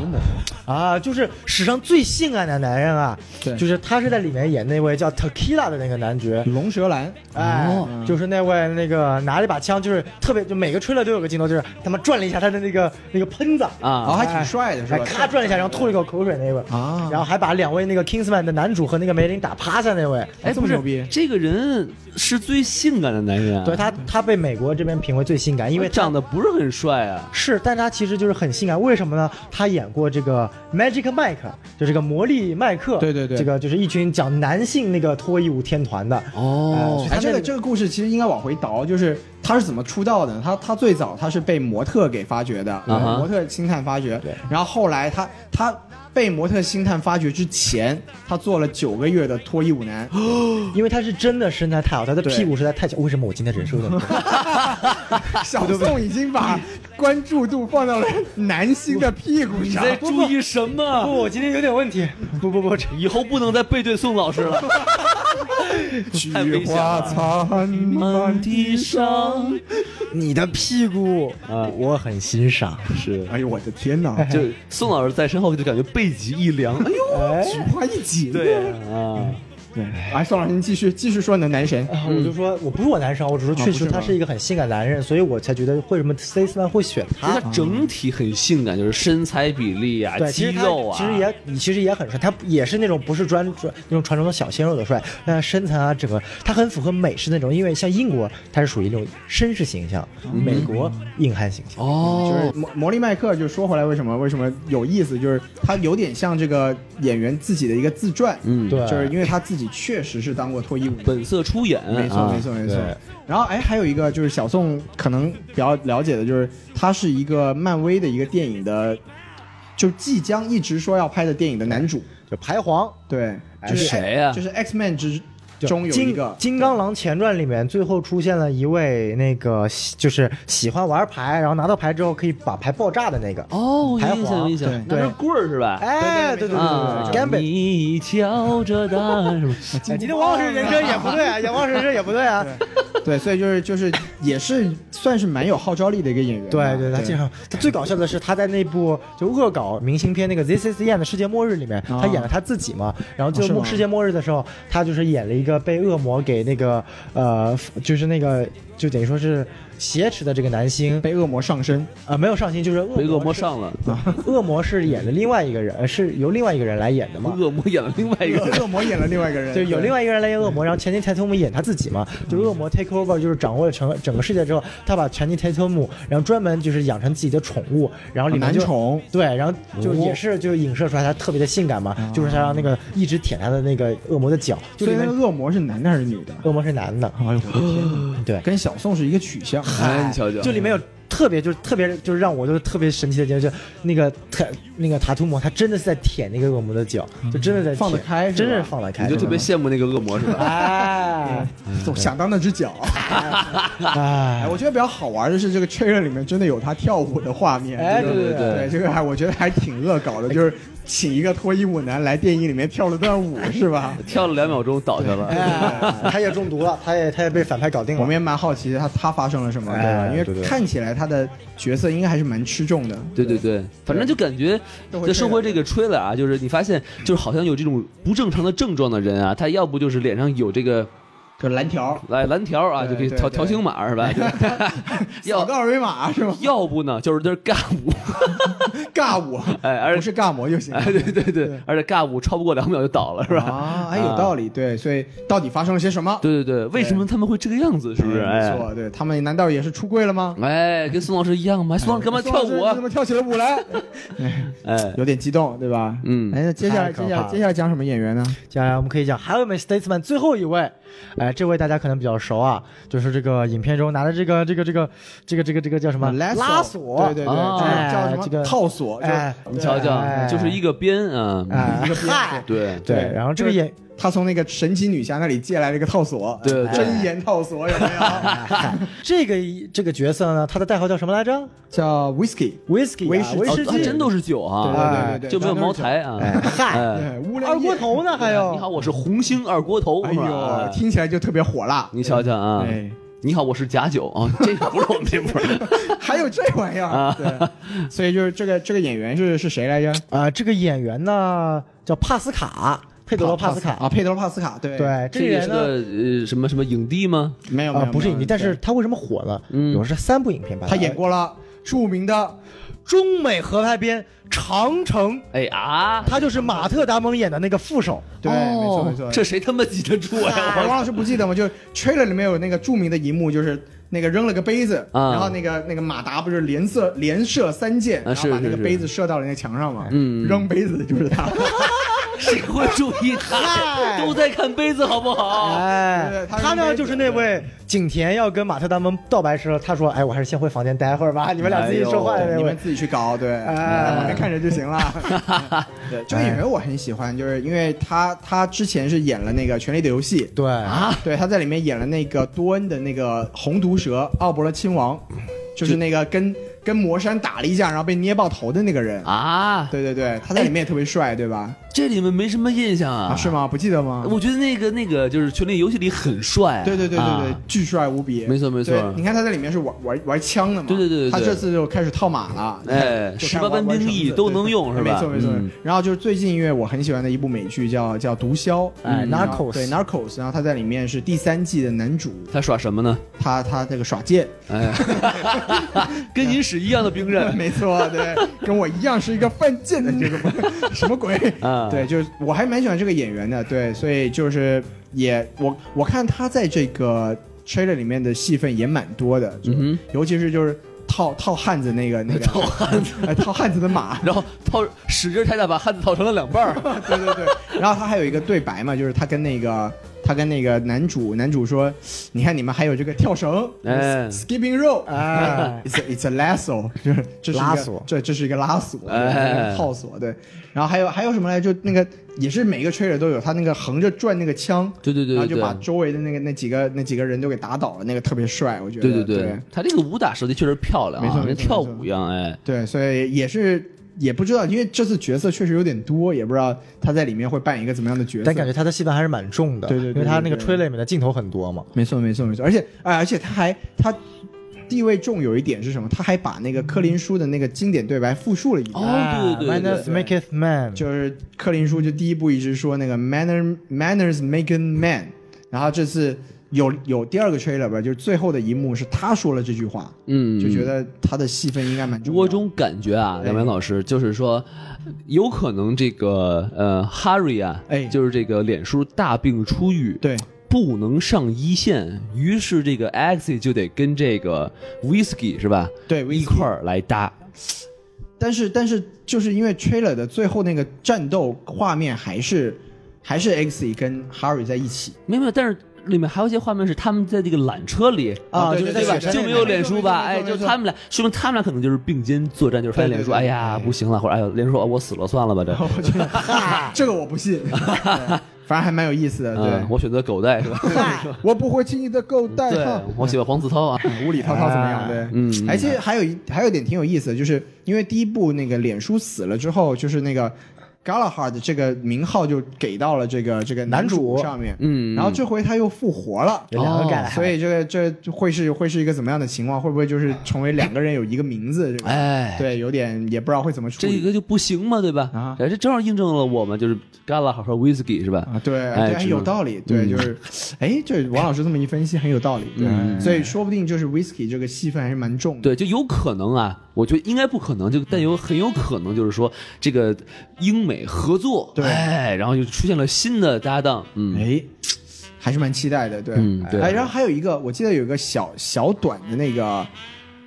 C: 啊， 就是史上最性感的男人啊，
A: 对
C: 就是他是在里面演那位叫 Tequila 的那个男爵，
A: 龙舌兰，
C: 哎，
A: 嗯
C: 就是那位那个拿了一把枪，就是特别，就每个吹了都有个镜头，就是他妈转了一下他的那个那个喷子，
A: 哦，
B: 啊，
A: 还挺帅的是
C: 哎，
A: 吧？
C: 咔转了一下，然后吐了一口口水那位，
A: 啊，
C: 然后还把两位那个 Kingsman 的男主和那个梅林打趴下那位，
B: 哎，
A: 这
B: 不
A: 么
B: 是
A: 牛逼，
B: 这个人是最性感的男人啊，
C: 对，他他被美国这边评为最性感，因为他
B: 长得不是很帅啊。
C: 是，但他其实就是很性感，为什么呢？他演过这个 Magic Mike，就这个魔力麦克，
A: 对对对
C: 这个就是一群讲男性那个脱衣舞天团的，
B: 哦
C: 哎
A: 哎，这
C: 他那
A: 个
C: 里
A: 这个故事其实应该往回倒，就是他是怎么出道的呢？他他最早他是被模特给发掘的，
B: 嗯哼
A: 模特星探发掘。
C: 对
A: 然后后来他他被模特星探发掘之前，他做了九个月的脱衣舞男。
C: 因为他是真的身材太好，他的
A: 对
C: 屁股实在太小。为什么我今天人设有点多？
A: 小宋已经把关注度放到了 男性的屁股
B: 你
A: 上。
B: 在注意什
C: 不，
B: 么？
C: 我今天有点问题。 不不不，这
B: 以后不能再背对宋老师 了。
A: 菊
B: 太危险了
A: 残满
B: 嗯
A: 地
B: 上
C: 你的屁 股嗯
B: 啊
C: 呃我很欣赏。
B: 是，
A: 哎呦我的天哪！
B: 就宋老师在身后就感觉背脊一凉。哎呦，
C: 哎，
A: 菊花一紧。
B: 对啊，
A: 对，哎，宋老师，您继续继续说你的男神。
C: 啊我就说我不是我男生，我只是确
A: 啊不是
C: 实
A: 吗
C: 他是一个很性感的男人，所以我才觉得为什么 C a s m a n 会选
B: 因为
C: 他。
B: 他整体很性感，就是身材比例啊，
C: 啊对，其
B: 肌
C: 实他
B: 肉啊，
C: 其实也你其实也很帅，他也是那种不是专专那种传统的小鲜肉的帅，但他身材啊，整个他很符合美式那种，因为像英国他是属于那种绅士形象，美国硬汉形象。
A: 就是
B: 哦，
A: 魔魔力麦克，就说回来为什么为什么有意思，就是他有点像这个演员自己的一个自传，
B: 嗯，
C: 对，
A: 就是因为他自己确实是当过脱衣舞的。
B: 本色出演，
A: 没错，
B: 啊
A: 没错，没错
C: 对。
A: 然后，哎，还有一个就是小宋可能比较了解的，就是他是一个漫威的一个电影的，就即将一直说要拍的电影的男主。
C: 就排皇。
A: 对，
C: 哎
A: 就是
B: 谁呀
A: 就是 X Man 之
C: 就
A: 中有一个
C: 金金刚狼前传》里面，最后出现了一位那个喜就是喜欢玩牌，然后拿到牌之后可以把牌爆炸的那个。
B: 哦，有印象，有印象
A: 对，
B: 拿根棍儿是吧？
C: 哎，对对对
B: 啊
C: 对，干本。
B: 你挑着担什么？
C: 哎今天王老师人生也不对啊，王老师人生也不对啊。
A: 对，所以就是就是也是算是蛮有号召力的一个演员吧。
C: 对对，他经常他最搞笑的是他在那部就恶搞明信片那个《This Is the End》的世界末日里面，
A: 啊
C: 他演了他自己嘛。然后
A: 哦
C: 就是末
A: 吗
C: 世界末日的时候，他就是演了一个被恶魔给那个呃，就是那个就等于说是挟持的这个男星，
A: 被恶魔上身。
C: 啊，没有上心，就是恶
B: 被恶魔
C: 是，
B: 上了，
C: 恶魔是演的另外一个人，呃是由另外一个人来演的嘛。
B: 恶魔演了另外一个人，
A: 恶魔演了另外一个人，
C: 就有另外一个人来演恶魔，然后 Channing Tatum 演他自己嘛，就恶魔 take over，就是掌握了整个整个世界之后，他把 Channing Tatum，然后专门就是养成自己的宠物，然后里面
A: 啊男
C: 就
A: 宠，
C: 对，然后就也是就影射出来他特别的性感嘛，就是他让那个一直舔他的那个恶魔的脚，就
A: 所
C: 里
A: 以那
C: 面
A: 个恶魔是男的还是女的？
C: 恶魔是男的，
A: 哎呦，我的天哪
C: 对
A: 跟小宋是一个取向。
B: 哎你瞧瞧，
C: 就里面有特别就是特别就是让我就是特别神奇的就是那个特那个塔图姆，他真的是在舔那个恶魔的脚，就真的在舔
A: 放得开是吧
C: 真是放得开，
B: 你就特别
C: 真
B: 羡慕那个恶魔是
C: 的
B: 吧？
C: 哎
A: 总想当那只脚。哎，
C: 哎，
A: 我觉得比较好玩的是这个 trailer 里面真的有他跳舞的画面。
C: 哎
A: 这个
C: 对对
B: 对
A: 对，这个还我觉得还挺恶搞的，就是请一个脱衣舞男来电影里面跳了段舞，是吧？
B: 跳了两秒钟倒下了，
C: 哎，他也中毒了，他也他也被反派搞定了。
A: 我们也蛮好奇他他发生了什么，对吧？
C: 哎
A: 因
C: 对
A: 为
C: 对
A: 看起来他的角色应该还是蛮吃重的。
B: 对对对，反正就感觉
A: 都会
B: 这
A: 吹
B: 说回
A: 的
B: 这个吹了啊，就是你发现就是好像有这种不正常的症状的人啊，他要不就是脸上有这个。
A: 就蓝条，
B: 来蓝条啊，
A: 对
B: 就可以
A: 对
B: 调
A: 对
B: 调星码是吧？
A: 扫
B: 要
A: 个二维码是吗？
B: 要不呢，就是就是尬舞，
A: 尬 舞，
B: 哎，而
A: 不是尬模就行了。
B: 哎， 对对对
A: 对，
B: 而且尬舞超不过两秒就倒了，是吧？
A: 啊，哎，有道理，对，所以到底发生了些什么？
B: 对对对，为什么他们会这个样子？是不是？
A: 哎没
B: 哎，
A: 错，对他们难道也是出柜了吗？
B: 哎，跟宋老师一样吗？宋
A: 哎
B: 老师干嘛跳舞
A: 宋老师你
B: 啊
A: 怎？么跳起了 舞来？
B: 哎，
A: 有点激动，对吧？
B: 嗯
A: 哎，那接下来
C: 太可
A: 接下
C: 怕
A: 来
C: 了
A: 接下来讲什么演员呢？
C: 接下来我们可以讲还有一位 statesman 最后一位，哎，这位大家可能比较熟啊，就是这个影片中拿着这个这个这个这个这个这个叫什么
A: 拉
C: 拉锁，
A: 对对对，
B: 啊
A: 就是叫什
C: 哎
A: 么
C: 这个
A: 套索？就是
C: 哎，
B: 你瞧瞧
C: 哎，
B: 就是一个编啊，
C: 哎
A: 一个编
C: 嗨
B: 对
C: 对，然后这个演
A: 他从那个神奇女侠那里借来了一个套索，
B: 对对
A: 真言套索有 没有？
C: 嗨这个这个角色呢，他的代号叫什么来着
A: 叫 Whisky，
C: ？Whisky
A: 威
C: 啊
A: 士忌
C: 威
B: 哦
C: 士，
B: 还
C: 忌，
B: 真都是酒啊，
A: 对对对
C: 哎
A: 对对，
B: 就没有茅台啊。哎，
A: 对，乌
C: 二
A: 兰
C: 锅
A: 叶。
C: 头呢，还有
B: 你好，我是红星二锅头，
A: 哎
B: 是吧
A: 呦，听起来就特别火辣。
B: 你瞧瞧啊，
A: 哎，
B: 你好，我是假酒啊，这个不是我们这波 儿
A: 还有这玩意
B: 啊
A: 儿，对，所以就是这个这个演员是是谁来着？
C: 啊，这个演员呢叫帕斯卡，佩德罗帕斯卡。
A: 啊，佩德罗帕斯卡，对
C: 对，
B: 这
C: 这个
B: 个
C: 人
B: 是
C: 呢
B: 个呃什么什么影帝吗？
A: 没有没
C: 啊
A: 有
C: 不是影
A: 没
C: 帝，
A: 有
C: 但是
A: 对
C: 他为什么火呢？
B: 嗯
C: 有是三部影片吧，
A: 他演过了著名的
C: 中美合拍片《长城》，
B: 哎啊，
C: 他就是马特·达蒙演的那个副手。
A: 对，没错没错。啊哎
B: 这谁他妈记得住呀？
A: 王老师不记得吗？就是 trailer 里面有那个著名的一幕，就是那个扔了个杯子，
B: 啊
A: 然后那个那个马达不是连射连射三箭，
B: 啊
A: 然
B: 是
A: 后把那
B: 是
A: 个
B: 是
A: 杯子射到了那个墙上嘛。
B: 嗯
A: 扔杯子的就是他，
B: 谁会注意他？都在看杯子好不好？
C: 哎
A: 对，他是
C: 他
A: 那
C: 呢
A: 个
C: 就是那位景甜要跟马特·达蒙告白时候，他说：“哎，我还是先回房间待会儿吧，你们俩自己说话的那
A: 哎你
C: 位
A: 们。自己去搞，对，
C: 哎
A: 在旁边看着就行了。 对，这个
B: 哎
A: 演员我很喜欢，就是因为他他之前是演了那个《权力的游戏》。
C: 对啊，
A: 对，他在里面演了那个多恩的那个红毒蛇奥伯勒亲王，就是那个跟跟魔山打了一架，然后被捏爆头的那个人。
B: 啊，
A: 对对对，他在里面也特别帅，对吧？
B: 这里面没什么印象
A: 啊，
B: 啊？
A: 是？吗？不记得吗？
B: 我觉得那个那个就是《权力游戏》里很帅啊，
A: 对对对对对
B: 啊，
A: 巨帅无比。
B: 没错没错
A: 对你看他在里面是玩玩玩枪的嘛？
B: 对对对对对
A: 他这次就开始套马了。
B: 哎
A: 就开始
B: 十八般
A: 玩玩
B: 兵
A: 绳
B: 役
A: 子
B: 都
A: 对
B: 能用是吧
A: 没错没错
B: 嗯。
A: 然后就是最近因为我很喜欢的一部美剧叫叫《毒枭》，
C: 哎
A: 嗯然后
C: Narcos
A: 对 Narcos，然后他在里面是第三季的男主，
B: 他耍什么呢？
A: 他他这个 耍剑，
B: 哎，跟您使一样的兵刃
A: 没错，对，跟我一样是一个犯贱的这个什么鬼？
B: 啊，
A: 对，就是我还蛮喜欢这个演员的，对，所以就是也我我看他在这个 trailer 里面的戏份也蛮多的，就
B: 嗯，
A: 尤其是就是套套汉子那个那个套汉子、 哎、套汉子的马
B: 然后套使劲儿太大，把汉子套成了两半 儿。
A: 对对对，然后他还有一个对白嘛，就是他跟那个。他跟那个男主，男主说：“你看你们还有这个跳绳、
B: 哎
A: s k i p p i n g rope，
C: 哎
A: i t s a, it's a lasso，就是这是一个
C: 拉索
A: 这这是一个拉索，
B: 哎
A: 套索对。然后还有还有什么来？就那个也是每个 trailer 都有，他那个横着转那个枪，
B: 对对对
A: 然后
B: 对
A: 就把
B: 对。
A: 周围的那个那几个那几个人都给打倒了，那个特别帅，我觉得。
B: 对对
A: 对
B: 对，他这个武打设计确实漂亮
A: 没
B: 啊
A: 错，
B: 跟
A: 没错
B: 跳舞一样，哎，
A: 对所以也是也不知道，因为这次角色确实有点多，也不知道他在里面会扮演一个怎么样的角色。
C: 但感觉他的戏份还是蛮重的，
A: 对对对
C: 因为他那
A: 对
C: 个
A: 对
C: 吹里面的镜头很多嘛。
A: 没错没错没错，而且哎、而且他还他。地位重有一点是什么？他还把那个柯林叔的那个经典对白复述了一遍。
B: 哦，对对对对
C: Manners
B: 对，
C: maketh man，
A: 就是柯林叔就第一部一直说那个 manner manners make a man，然后这次有有第二个 trailer 吧，就是最后的一幕是他说了这句话，
B: 嗯，
A: 就觉得他的戏份应该蛮重要的。
B: 我种感觉
A: 哎
B: 啊，两位老师就是说，有可能这个呃哈瑞啊，
A: 哎
B: 就是这个脸书大病初愈，
A: 对
B: 不能上一线，于是这个 Axie 就得跟这个 Whisky 是吧，
A: 对
B: 一
A: 儿。
B: 块儿来搭，
A: 但是但是就是因为 trailer 的最后那个战斗画面还是还是 X 跟 Harry 在一起
B: 没有没有，但是。里面还有一些画面是他们在这个缆车里
A: 啊
B: 就
A: 对
B: 是
A: 对
B: 对吧？
A: 对对
B: 就
A: 对
B: 没有
A: 对
B: 脸书吧？哎，
A: 没错没错
B: 就
A: 没错
B: 他们俩，说明他们俩可能就是并肩作战，就是发现
A: 对对
B: 脸书，
A: 对
B: 哎呀不行了，或者哎呀，脸书说我死了算了吧 这，
A: 我 觉得这个我不信，对反正还蛮有意思的。对，
B: 嗯，我选择狗带 是吧？
A: 我不会轻易的够带
B: 嗯对
A: 哈，
B: 我喜欢黄子韬啊，
A: 无理涛涛怎么样？
C: 啊
A: 对，哎
B: 嗯嗯
A: 而且还有一还有一点挺有意思的，就是因为第一部那个脸书死了之后，就是那个 Galahad 这个名号就给到了这个这个男主
C: 男主
A: 上面，
B: 嗯
A: 然后这回他又复活了。
C: 有两个盖
B: 哦
C: 了，
A: 所以这个这会是会是一个怎么样的情况？会不会就是成为两个人有一个名字？这个
B: 哎，
A: 对，有点也不知道会怎么处
B: 这
A: 理
B: 个就不行嘛，对吧？
A: 啊
B: 哎，这正好印证了我们就是干了好好 whisky 是吧？
A: 啊。对，
B: 哎嗯
A: 对，
B: 知
A: 还
B: 道
A: 有道理。对，就是，哎，这王老师这么一分析很有道理。对，
B: 嗯
A: 所以说不定就是 whisky 这个戏份还是蛮重的。
B: 对，就有可能啊，我觉得应该不可能，就但
A: 嗯
B: 有很有可能就是说这个英美合作，
A: 对
B: 哎，然后就出现了新的搭档，嗯，
A: 哎，还是蛮期待的，对，
B: 嗯对
A: 哎，然后还有一个，我记得有一个小小短的那个。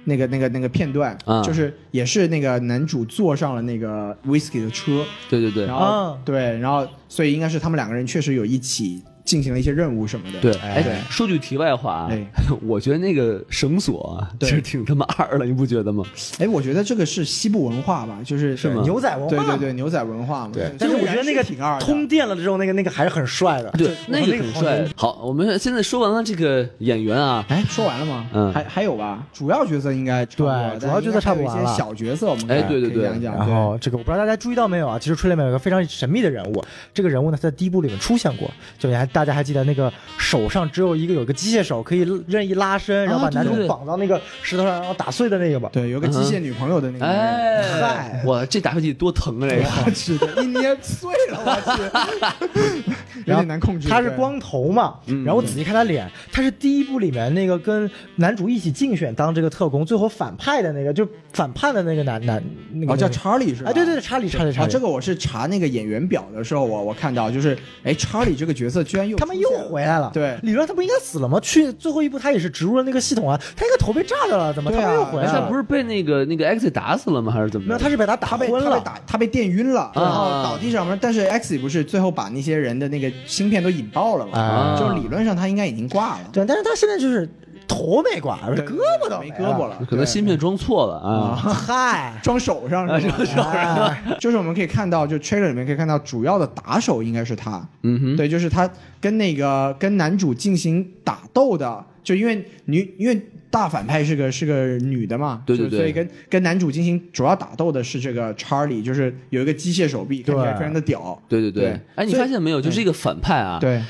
A: 那个、那个、那个片段，
B: 啊
A: 就是也是那个男主坐上了那个 whisky 的车，
B: 对对对
A: 然，后、
C: 啊
A: 对，然后所以应该是他们两个人确实有一起进行了一些任务什么的。
B: 对，
A: 哎，对
B: 哎，说句题外话啊
A: 哎，
B: 我觉得那个绳索啊，其
A: 对
B: 实挺他妈二了，你不觉得吗？
A: 哎，我觉得这个是西部文化吧，就是
B: 是吗
C: 牛仔文化
A: 对
C: 嘛
A: 对对，牛仔文化嘛。对
C: 但是我觉得那个
A: 挺二的，
C: 通电了之后，那个那个还是很帅的。
B: 对，
C: 我
B: 那
C: 说
B: 个
C: 那
B: 挺
C: 好
B: 帅
C: 牛
B: 的。好，我们现在说完了这个演员啊，
A: 哎，说完了吗？
B: 嗯
A: 还还有吧，主要角色应该差不多了
C: 对
A: 但
C: 主要角色差不
A: 应
C: 多
A: 该还有
C: 完了
A: 一些小角色我们可以
B: 哎对对对
A: 可以讲一讲。
C: 然
A: 对
C: 后这个我不知道大家注意到没有啊？其实吹里面有个非常神秘的人物，这个人物呢在第一部里面出现过，就你还大家还记得那个手上只有一个有一个机械手可以任意拉伸，然后
A: 啊
C: 把
B: 对
C: 男
B: 对
C: 主
B: 对
C: 绑到那个石头上，然后打碎的那个吧？
A: 对，有个机械女朋友的那个男人，
B: 哎，哇，这打飞机多疼啊！ 这个，
A: 我去，一捏碎了，我去，有点难控制。
C: 他是
A: 对，
C: 光头嘛，
A: 嗯
C: 然后我仔细看他脸，他是第一部里面那个跟男主一起竞选当这个特工，最后反派的那个，就反叛的那个男男，那个
A: 哦，叫
C: 那个
A: 查理是吧？
C: 哎，对对对，。查理查理查
A: 啊，
C: 理，
A: 这个我是查那个演员表的时候，我我看到就是，哎，查理这个角色居然又
C: 他们
A: 出
C: 又
A: 现了
C: 回来了。
A: 对
C: 理论上他不应该死了吗？去最后一步他也是植入了那个系统啊，他应该头被炸掉了，怎么
A: 对
C: 他
A: 啊
C: 们又回来
B: 他
C: 了？
B: 不是被那个那个 X 打死了吗？还是怎么着？
C: 没有，他是被他打
A: 他被
C: 昏
A: 他被
C: 了。
A: 打，他被电晕了，然后
B: 啊
A: 倒地上嘛。但是 X 不是最后把那些人的那个芯片都引爆了嘛？
C: 啊
A: 就理论上他应该已经挂了，
C: 对，但是他现在就是头没挂，不是
A: 对
C: 胳膊都
A: 没
C: 了
A: 胳膊。了，
B: 可能
A: 对
B: 芯片装错了啊。
C: 嗨，
A: 装手上是吧？
C: 哎
A: 就是我们可以看到，就 trailer 里面可以看到，主要的打手应该是他。
B: 嗯哼，
A: 对，就是他跟那个跟男主进行打斗的，就因为女，因为大反派是个是个女的嘛，
B: 对对
A: 就
B: 对
A: 所以跟跟男主进行主要打斗的是这个 Charlie，就是有一个机械手臂，看起来
C: 对
A: 非常的屌。
B: 对对
A: 对
B: 哎，你
A: 所以
B: 发现没有？就是一个反派啊，，
A: 对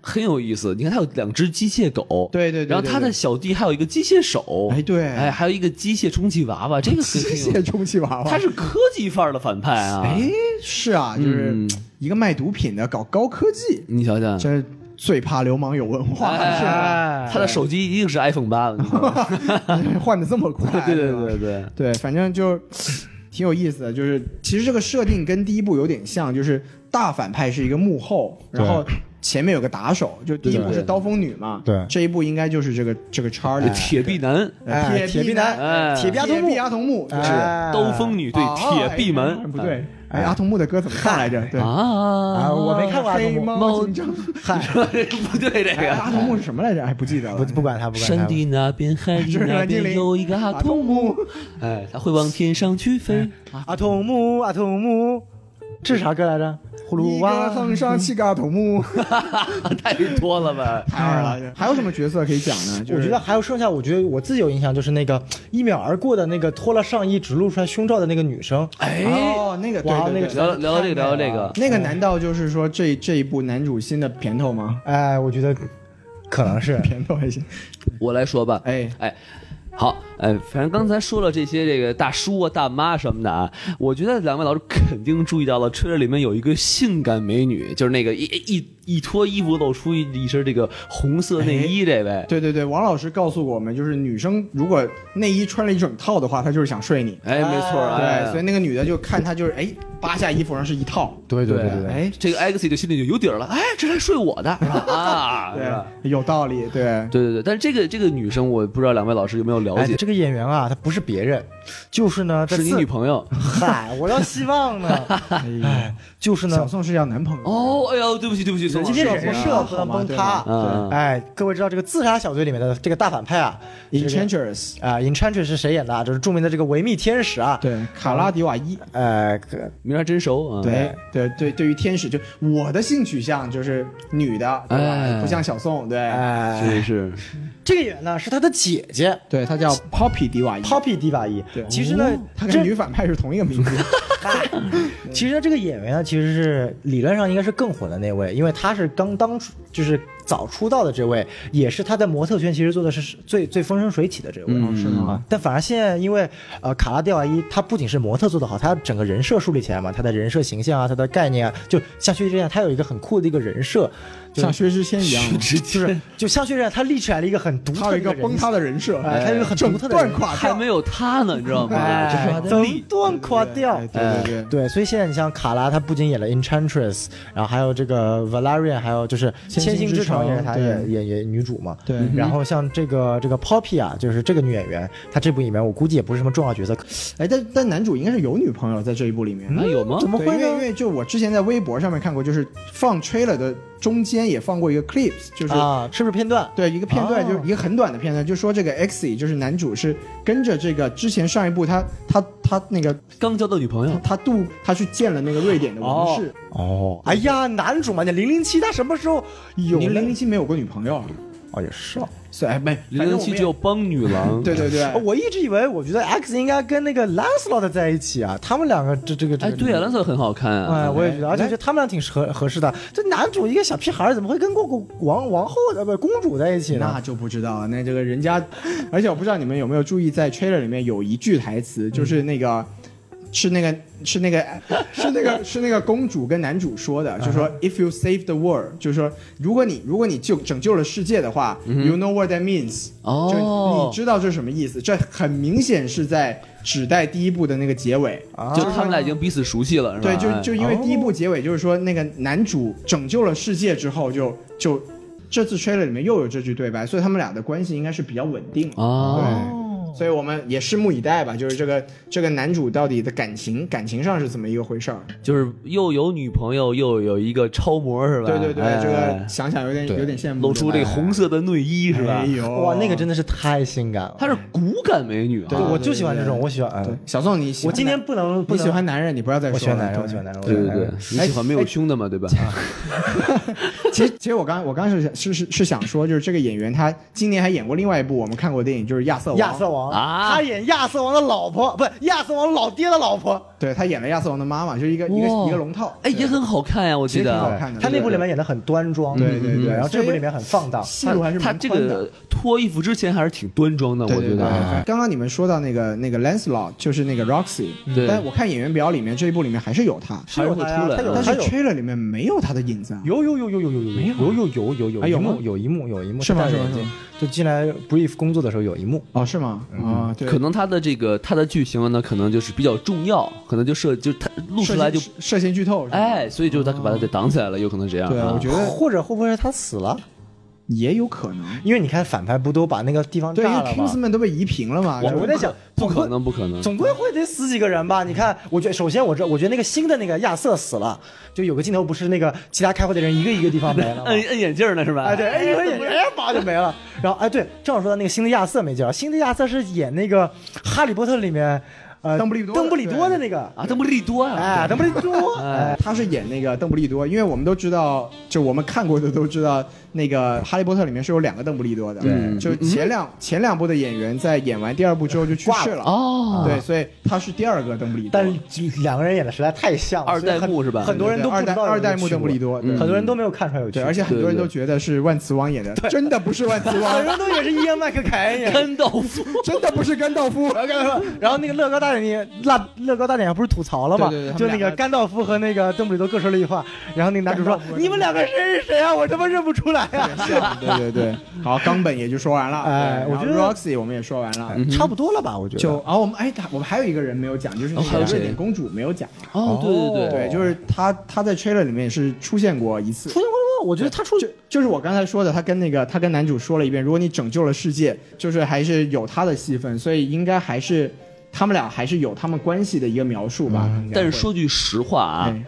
B: 很有意思。你看他有两只机械狗，
A: 对对对，
B: 然后
A: 对
B: 他的
A: 对
B: 小弟还有一个机械手，
A: 哎对
B: 哎，还有一个机械充气娃娃，这个很
A: 机
B: 很有
A: 械充气娃娃，
B: 他是科技范儿的反派啊。
A: 哎是啊，就是
B: 嗯
A: 一个卖毒品的搞高科技，
B: 你瞧瞧，
A: 真是最怕流氓有文 化，
B: 哎
A: 是啊吧？
B: 他的手机一定是 iPhone 八了。你知道吗
A: 换的这么快，
B: 对对
A: 是吧
B: 对对，
A: 对，反正就挺有意思的，就是其实这个设定跟第一部有点像，就是大反派是一个幕后，然后前面有个打手，就第一部是刀锋女嘛，
C: 对
A: 这一部应该就是这个这个叉
B: 这
A: 里
B: 铁臂男，
A: 铁
C: 哎铁
A: 臂
C: 臂
A: 男
B: 哎，
C: 铁臂阿童木
A: 铁臂阿童木，对
C: 哎
B: 刀锋女对
A: 啊
B: 铁臂
A: 哎
B: 门，
A: 不对，哎，阿童木的歌怎么唱来着？对。
B: 啊
C: 啊，我没看过阿童
A: 黑
C: 木，
A: 猫警长，
C: 嗨，
B: 不对这
A: 哎
B: 个。
A: 阿童木是什么来着？哎，不记得了
C: 不。不管他，不管他。
B: 山地那边，海
A: 这
B: 里
A: 是
B: 那
A: 蓝精
B: 边
A: 灵
B: 有一个阿童木， 哎，他会往天上去飞。
C: 阿童木，阿童木，这是啥歌来着？葫芦
A: 一个
C: 娃。
A: 横上七个阿童 木，
B: 哎太多了吧？
A: 太二了。还有什么角色可以讲呢？就是
C: 我觉得还有剩下，我觉得我自己有印象，就是那个一秒而过的那个脱了上衣只露出来胸罩的那个女生，
B: 哎，
A: 哦，那个对
C: 哇
A: 对对
C: 那个
B: 聊聊到这个，聊到这个，
A: 那个难道就是说这这一部男主新的片头吗？
C: 哎，我觉得可能是
A: 片头还行，
B: 我来说吧。
A: 哎，
B: 哎，好，哎，反正刚才说了这些这个大叔啊、大妈什么的啊，我觉得两位老师肯定注意到了，车里面有一个性感美女，就是那个一一一脱衣服露出一身这个红色内衣这位。
A: 对对对，王老师告诉我们，就是女生如果内衣穿了一整套的话，她就是想睡你。
B: 哎，没错啊，哎
A: 对，所以那个女的就看她就是哎，扒下衣服上是一套，
C: 对
B: 对对
C: 对，
A: 哎，
B: 这个 X 就心里就有底儿了，哎，这是睡我的是吧？ 啊，是吧
A: 对，有道理，对，
B: 对对对，但是这个这个女生，我不知道两位老师有没有了
C: 哎，
B: 解，
C: 这个演员啊，她不是别人，就是呢，在
B: 是你
C: 自
B: 女朋友。
C: 嗨，我要希 望呢，哎，就是
A: 小
C: 呢，
A: 宋是要男朋友
B: 哦，哎呦，对不起对不起，宋老
C: 今
B: 师
C: 天
A: 社
C: 忍
A: 会
C: 不
A: 啊
C: 社不能崩塌
A: 好
B: 嗯
A: 吗
B: 嗯
C: 哎，各位知道这个自杀小队里面的这个大反派啊，
A: 对
C: 这个
A: ，Enchantress，
C: 啊，Enchantress 是谁演的啊？就是著名的这个维密天使啊，，
A: 对，卡拉迪瓦伊，
C: 呃，可
B: 名儿还真熟啊。
A: 对对对，对于天使，就我的性取向就是女的，对吧？
B: 哎
A: 不像小宋，对，
C: 哎，
B: 是是，
C: 这个演员呢是她的姐姐
A: 对，她叫 Poppy 迪瓦伊。
C: Poppy 迪瓦伊
A: 对，
B: 哦
C: 其实呢，
A: 哦他
C: 这
A: 跟女反派是同一个名字，
C: 其实这个演员呢，其实是理论上应该是更火的那位，因为他是刚当初就是早出道的这位，也是他在模特圈其实做的是最最风生水起的这位。
B: 嗯哦是
C: 吗？但反而现在因为呃卡拉蒂瓦伊，他不仅是模特做得好，他整个人设树立起来嘛，他的人设形象啊，他的概念啊，就像薛之谦，他有一个很酷的一个人设，就
A: 像薛之谦一样吗，
C: 就是就像薛之谦，他立起来了一个很独
A: 他
C: 特
A: 有
C: 的
A: 一个
C: 人
A: 崩
C: 设
A: 塌的人设，
C: 哎他有一个很独
A: 整
C: 特的
A: 段
C: 人
A: 垮
B: 还
A: 掉
B: 没。有他呢，你知道吗？
C: 哎
B: 就是
C: 整
B: 力
C: 段垮掉，
A: 对对对
C: 哎对，所以现在你像卡拉，他不仅演了 Enchantress，然后还有这个 Valerian，还有就是《
A: 千
C: 千
A: 星
C: 星
A: 之
C: 之
A: 城
C: 城》也是他
A: 对
C: 演演演女主嘛。
A: 对
C: 嗯然后像这个这个 Poppy 啊，就是这个女演员，她这部里面我估计也不是什么重要角色，
A: 哎，但但男主应该是有女朋友在这一部里面。
B: 啊有吗？
C: 嗯怎么
A: 对，因
C: 会
A: 为因
C: 呢？
A: 为就我之前在微博上面看过，就是放 trailer 的中间也放过一个 clips，就是
C: 啊，是不是片段？
A: 对，一个片段，
C: 哦
A: 就是一个很短的片段，就说这个 X 就是男主是跟着这个之前上一部他他他那个
B: 刚交的女朋友，
A: 他度他去见了那个瑞典的王室，
C: 哦，哎呀，男主嘛，你零零七他什么时候有
A: 零
C: 呢
A: 零零七没有过女朋朋友，
C: 哦，也是哦。
A: 所以哎没
B: 零零七只有帮女郎。
A: 对 对对，
C: 哎我一直以为，我觉得 X 应该跟那个 Lancelot 在一起啊，他们两个这这个这
B: 哎，
C: 个
B: 对啊，蓝色很好看
A: 嗯
B: 啊。
C: 哎，我也觉得，而且觉得他们俩挺合合适的。这男主一个小屁孩儿，怎么会跟过国王王后呃不公主在一起
A: 那
C: 呢？
A: 就不知道了。那这个人家，而且我不知道你们有没有注意，在 trailer 里面有一句台词，就是那个。是那个是那个是那个是那个公主跟男主说的，就说 If you save the world，就是说如果你如果你救拯救了世界的话，you know what that means，就
B: 哦
A: 你，知道这是什么意思？这很明显是在指代第一部的那个结尾，
C: 啊
B: 就他们俩已经彼此熟悉了，是吧？哎
A: 对，
C: 哎
A: 就就因
C: 哦
A: 为第一部结尾就是说那个男主拯救了世界之后就，就这次 trailer 里面又有这句对白，所以他们俩的关系应该是比较稳定的。
B: 哦，
A: 对，所以我们也拭目以待吧，就是这个这个男主到底的感情感情上是怎么一个回事儿？
B: 就是又有女朋友，又有一个超模，是吧？
A: 对对对，
B: 哎
A: 这
B: 哎
A: 个想想有点有点羡慕，
B: 露出这个红色的内衣，是吧
A: 哎？呦，
C: 哇，那个真的是太性感了。
B: 她是骨感美女
C: 对，
B: 啊。
C: 我就喜欢这种，我喜欢。哎
A: 对小宋，你喜欢
C: 我今天
A: 男
C: 不能不
A: 你
C: 能
A: 喜欢男人，你不要再说
C: 我
A: 了，
C: 喜欢男人，我
A: 对
C: 喜欢男人，
B: 对对
C: 我喜欢男
B: 对
C: 人，
B: 你喜欢没有胸的嘛，对吧？
A: 其实，其实我刚我刚是想是是是想说，就是这个演员他今年还演过另外一部我们看过的电影，就是《亚瑟王》。
C: 亚瑟王
B: 啊
C: 他演亚瑟王的老婆，不是亚瑟王老爹的老婆。
A: 对他演了亚瑟王的妈妈，就是一个一个
B: 哇
A: 一个龙套。
B: 哎，也
A: 对
B: 很好看呀，我记
A: 其实挺好
B: 得。
A: 看的
C: 哎他那部
A: 对
C: 里面演的很端庄，
A: 对对对
C: 嗯然后
A: 所以
C: 这部里面很放荡。
A: 戏路还是
B: 她
A: 蛮
B: 这
A: 宽的。
B: 个脱衣服之前还是挺端庄的，我
A: 对对
B: 觉
A: 对，
B: 得。
A: 对刚刚你们说到那个那个 Lancelot，就是那个 Roxy，
B: 对
A: 但我看演员表里面这一部里面还是有他，
B: 还是会出来
C: 他有
B: 的
A: 但是
C: 他有
A: trailer 里面没有他的影子啊。
C: 有有有有有有有
B: 啊
C: 有有有有
B: 哎
A: 还
C: 有
A: 有
C: 一
A: 吗
C: 幕有一幕有一幕
A: 是吗
C: 他戴着
A: 是吗
C: 眼镜
A: 是吗
C: 就进来 brief 工作的时候有一幕，
A: 哦，是吗？啊，对，
B: 嗯可能她的这个她的剧情呢，可能就是比较重要，可能就涉就她露出来就
A: 涉嫌涉嫌剧透是吧，
B: 哎，所以就他把他给挡起来了，有可能这样。
A: 对，
B: 啊
A: 我觉得
C: 或者会不会是他死了？
A: 也有可 能，
C: 因为你看反派不都把那个地方
A: 对，因
C: 炸
A: 为
C: 了吗？
A: Kingsman 都被移平了嘛，
C: 我我在想，
B: 不
C: 总归
B: 可，能，不可能。
C: 总归会得死几个人吧？你看，我觉得首先我这，我觉得那个新的那个亚瑟死了，就有个镜头不是那个其他开会的人一个一个地方没 了吗？
B: 摁摁眼镜呢是吧？
C: 哎，对，哎，一会儿演员哎叭就没了。然后哎，对，正好说到那个新的亚瑟没介绍，新的亚瑟是演那个《哈利波特》里面呃
A: 邓布利多
C: 邓布利多的那个，
B: 啊，邓布利多啊，
C: 哎，邓布利多，哎，
A: 他是演那个邓布利多，因为我们都知道，就我们看过的都知道，那个《哈利波特》里面是有两个邓布利多的，
B: 对
A: 嗯就前两、
C: 嗯
A: 前两部的演员在演完第二部之后就去世了，
B: 哦，
A: 对，所以他是第二个邓布利多，
C: 但两个人演的实在太像了，
B: 二代目是吧？
C: 很多人都不
A: 二
C: 知
A: 代
C: 道有没有
A: 二代目
C: 去
A: 邓布利多，
B: 嗯
A: 对
C: 很多人都没有看出来有趣，
A: 对，而且很多人都觉得是万磁王演的，真的不是万磁
C: 很
A: 王，
C: 多人都以 为是伊恩麦克凯恩演的。
B: 甘道夫，
A: 真的不是甘道夫。
C: 然后然后那个乐高大典，乐乐高大典不是吐槽了吗？
A: 对对对他
C: 就
A: 们
C: 那
A: 两
C: 个
A: 个
C: 甘道夫和那个邓布利多各说了一句话，然后那个男主
A: 甘
C: 说
A: 道夫：“和
C: 你们两个谁是谁 啊？我他妈认不出来啊
A: 对对对，好，冈本也就说完了，
C: 哎
A: 对然后
C: 我觉得嗯
A: Roxy 我们也说完了，！”
C: 差不多了吧，我觉得。
A: 嗯就啊，我们哎，我们还有一个人没有讲，就是那
B: 哦还
A: 个
B: 有谁
A: 瑞典公主没有讲。
B: 哦，对对
A: 对，
B: 对，
A: 就是他，他在 trailer 里面也是出现过一次
C: 出。现过了吗？我觉得他出
A: 就就是我刚才说的，他跟那个他跟男主说了一遍，如果你拯救了世界，就是还是有他的戏份，所以应该还是他们俩还是有他们关系的一个描述吧。
B: 嗯
A: 应该
B: 但
A: 会
B: 是说句实话啊
A: 哎，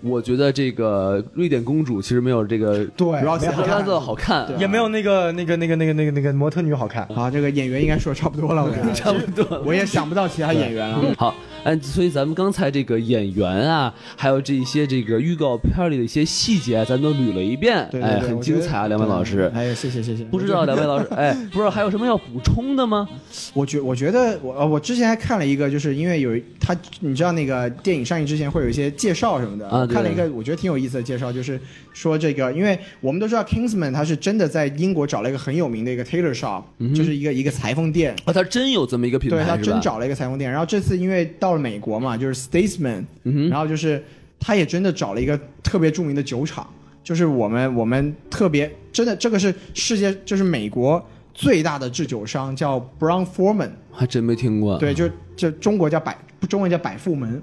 B: 我觉得这个瑞典公主其实没有这个
C: 对
A: 不要
C: 没有
A: 好
B: 格
A: 看
B: 拉瑟好看，
C: 也没有那个那个那个那个那个那个模
A: 啊
C: 特女好看。
A: 好，这个演员应该说差不多了，我觉 得
B: 差不多。
A: 我也想不到其他演员了。啊
B: 好，嗯，所以咱们刚才这个演员啊，还有这些这个预告片里的一些细节，啊咱都捋了一遍，
A: 对对
B: 哎，
A: 对
B: 很
A: 我觉
B: 精
A: 得
B: 彩啊，两位老师。
A: 哎呀，谢谢谢谢。
B: 不知道两位老师，哎，不知道还有什么要补充的吗？
A: 我觉我觉得我呃我之前还看了一个，就是因为有他，你知道那个电影上映之前会有一些介绍什么的，
B: 啊
A: 我
B: 对
A: 看了一个我觉得挺有意思的介绍，就是说这个，因为我们都知道 Kingsman 他是真的在英国找了一个很有名的一个 tailor shop，、就是一个一个裁缝店，
B: 啊，他真有这么一嗯个品牌，
A: 对他
B: 是
A: 真
B: 吧
A: 找了一个裁缝店。然后这次因为到了美国嘛，就是 Statesman，、然
B: 嗯
A: 后就是他也真的找了一个特别著名的酒厂，就是我们我们特别真的这个是世界就是美国最大的制酒商叫 Brown Foreman。
B: 还真没听过。
A: 对，就就中国叫百，中文叫百富门，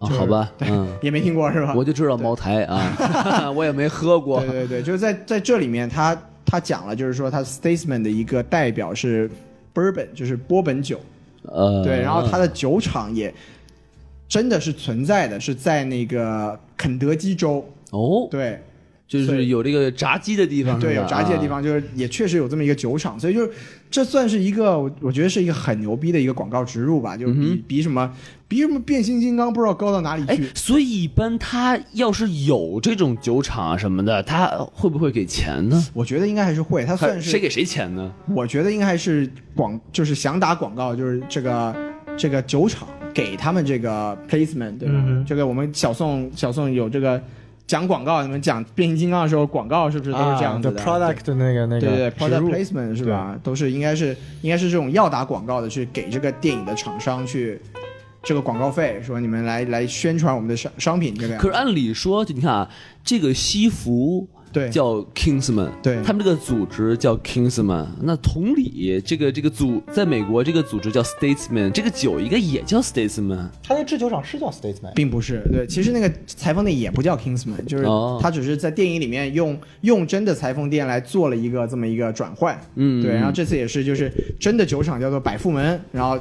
B: 啊，
A: 就是
B: 好吧，
A: 对
B: 嗯，
A: 也没听过是吧？
B: 我就知道茅台 啊，我也没喝过
A: 对。对对，就是在在这里面他，他讲了，就是说他 Statesman 的一个代表是 Bourbon，就是波本酒，
B: 呃，
A: 对，然后他的酒厂也真的是存在的，是在那个肯德基州，
B: 哦，
A: 对，
B: 就是有这个炸鸡的地方，
A: 对，
B: 是吧
A: 有炸鸡的地。
B: 啊
A: 方，就是也确实有这么一个酒厂，所以就是这算是一个，我我觉得是一个很牛逼的一个广告植入吧，
B: 嗯
A: 就是比、比什么比什么变形金刚不知道高到哪里
B: 哎
A: 去。，
B: 所以一般他要是有这种酒厂啊什么的，他会不会给钱呢？
A: 我觉得应该还是会，它算
B: 还
A: 是
B: 谁给谁钱呢？
A: 我觉得应该还是广，就是想打广告，就是这个这个酒厂给他们这个 placement，对吧？
C: 嗯哼
A: 这个我们小宋小宋有这个讲广告，你们讲变形金刚的时候，广告是不是都是这样子的、
C: 啊就 product 那个那个
A: 对对对
C: 植入
A: ，product placement 是吧？都是应该是应该是这种要打广告的，去给这个电影的厂商去这个广告费，说你们来来宣传我们的商商品这个样
B: 可
A: 子。
B: 是按理说，就你看啊，这个西服
A: 对
B: 叫 Kingsman，
A: 对
B: 他们这个组织叫 Kingsman。那同理，这个这个组在美国这个组织叫 Statesman，这个酒应该也叫 Statesman。
C: 他那制酒厂是叫 Statesman，
A: 并不是，对，其实那个裁缝店也不叫 Kingsman，就是
B: 哦
A: 他只是在电影里面用用真的裁缝店来做了一个这么一个转换，
B: 嗯
A: 对，然后这次也是就是真的酒厂叫做百富门，然后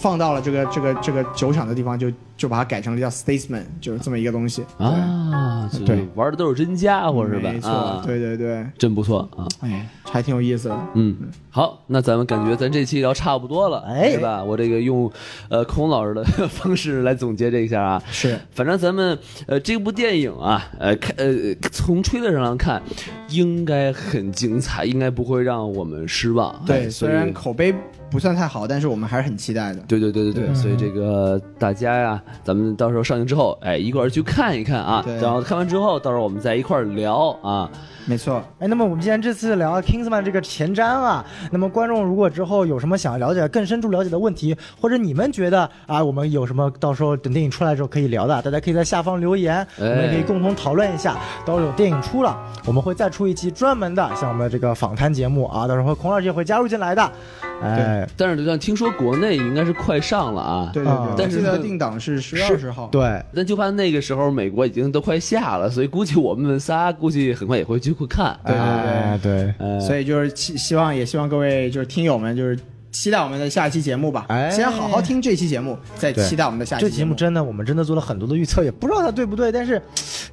A: 放到了这个这个这个酒厂的地方就就把它改成了叫 Statesman，就是这么一个东西，
B: 啊，就是
A: 对
B: 玩的都是真家伙是吧？
A: 没错，
B: 啊，
A: 对对对，
B: 真不错啊。
A: 哎，还挺有意思的，
B: 嗯，好，那咱们感觉咱这期聊差不多了，
C: 哎
B: 对吧？我这个用，呃，孔老师的方式来总结这一下啊，
A: 是，
B: 反正咱们呃这部电影啊，呃看呃从吹的上来看，应该很精彩，应该不会让我们失望。哎
A: 对，
B: 所
A: 虽
B: 以
A: 然口碑不算太好，但是我们还是很期待的，
B: 对对对对对，
A: 嗯
C: 对
B: 所以这个大家呀，咱们到时候上映之后，哎，一块儿去看一看啊
A: 对，
B: 然后看完之后，到时候我们再一块儿聊啊。
A: 没错，
C: 哎，那么我们既然这次聊 Kingsman 这个前瞻啊，那么观众如果之后有什么想了解、更深入了解的问题，或者你们觉得啊，我们有什么到时候等电影出来之后可以聊的，大家可以在下方留言，我
A: 哎
C: 们也可以共同讨论一下。到时候有电影出了，我们会再出一期专门的像我们的这个访谈节目啊，到时候孔老师也会加入进来的。哎，
B: 但是像听说国内应该是快上了啊，
A: 对对
C: 啊
A: 对，
B: 但是
A: 我记得定档是十月二十号，
C: 对，
B: 但就怕那个时候美国已经都快下了，所以估计我们仨估计很快也会去看。
A: 对对对
C: 哎对，
B: 呃，
A: 所以就是希希望也希望各位就是听友们就是期待我们的下期节目吧，
C: 哎
A: 先好好听这期节目，再期待我们的下
C: 这
A: 期
C: 节
A: 目。
C: 目真的，我们真的做了很多的预测，也不知道它对不对，但是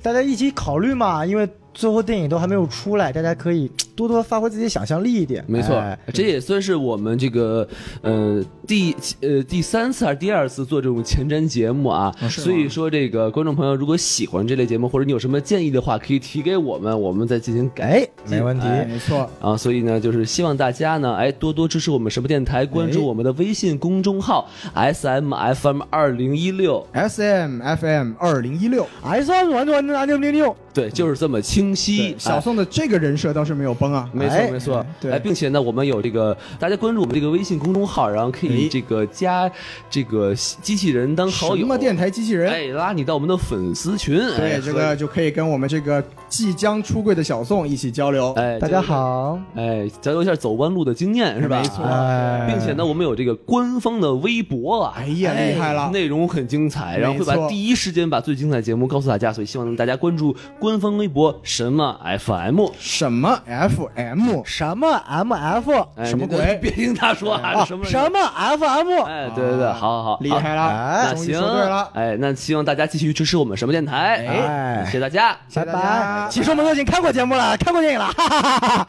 C: 大家一起考虑嘛，因为最后电影都还没有出来，大家可以多多发挥自己的想象力一点。
B: 没错，
C: 哎
B: 这也算是我们这个呃第呃第三次还是第二次做这种前瞻节目啊。
A: 哦吗
B: 所以说，这个观众朋友如果喜欢这类节目，或者你有什么建议的话，可以提给我们，我们再进行改
C: 哎，没问题。
A: 哎没错，
B: 啊，所以呢，就是希望大家呢，哎，多多支持我们什么电台，关
A: 哎
B: 注我们的微信公众号 S M F M 二零一六，
A: S M F M 二零一六，
C: S 二玩团拿六六六，
B: 对，就是这么清晰
A: 对。
B: 哎
A: 小宋的这个人设倒是没有崩啊，
B: 没错
C: 哎
B: 没错，
A: 对
B: 哎，并且呢，我们有这个大家关注我们这个微信公众号，然后可以
A: 哎
B: 这个加这个机器人当好友，
A: 什么电台机器人？
B: 哎，拉你到我们的粉丝群，哎
A: 对，这个。就可以跟我们这个即将出柜的小宋一起交流。
B: 和哎，
C: 大家，好，
B: 哎，交流一下走弯路的经验是吧？
A: 没错
B: 哎
C: 哎，
B: 并且呢，我们有这个官方的微博啊，
A: 哎呀厉害了
B: 内容很精彩，然后会
A: 没
B: 把
A: 错
B: 第一时间把最精彩的节目告诉大家，所以希望大家关注官方微博什么 FM，
A: 什么 F M？
C: 什么 MF，
B: 哎
A: 什么
B: 你都
A: 鬼哦
B: 别听他说啊，
C: 啊
B: 什么
C: 什么 FM，
B: 哎，对对对，好好好，
A: 厉
B: 好
A: 害
C: 哎
A: 了，
B: 那
A: 终于
B: 行，
A: 说对了，
B: 哎，那希望大家继续支持我们什么电台，
C: 哎
B: 谢谢大家。
A: 谢谢
C: 拜
A: 大家
C: 拜。其实我们都已经看过节目了，看过电影了，哈哈哈哈。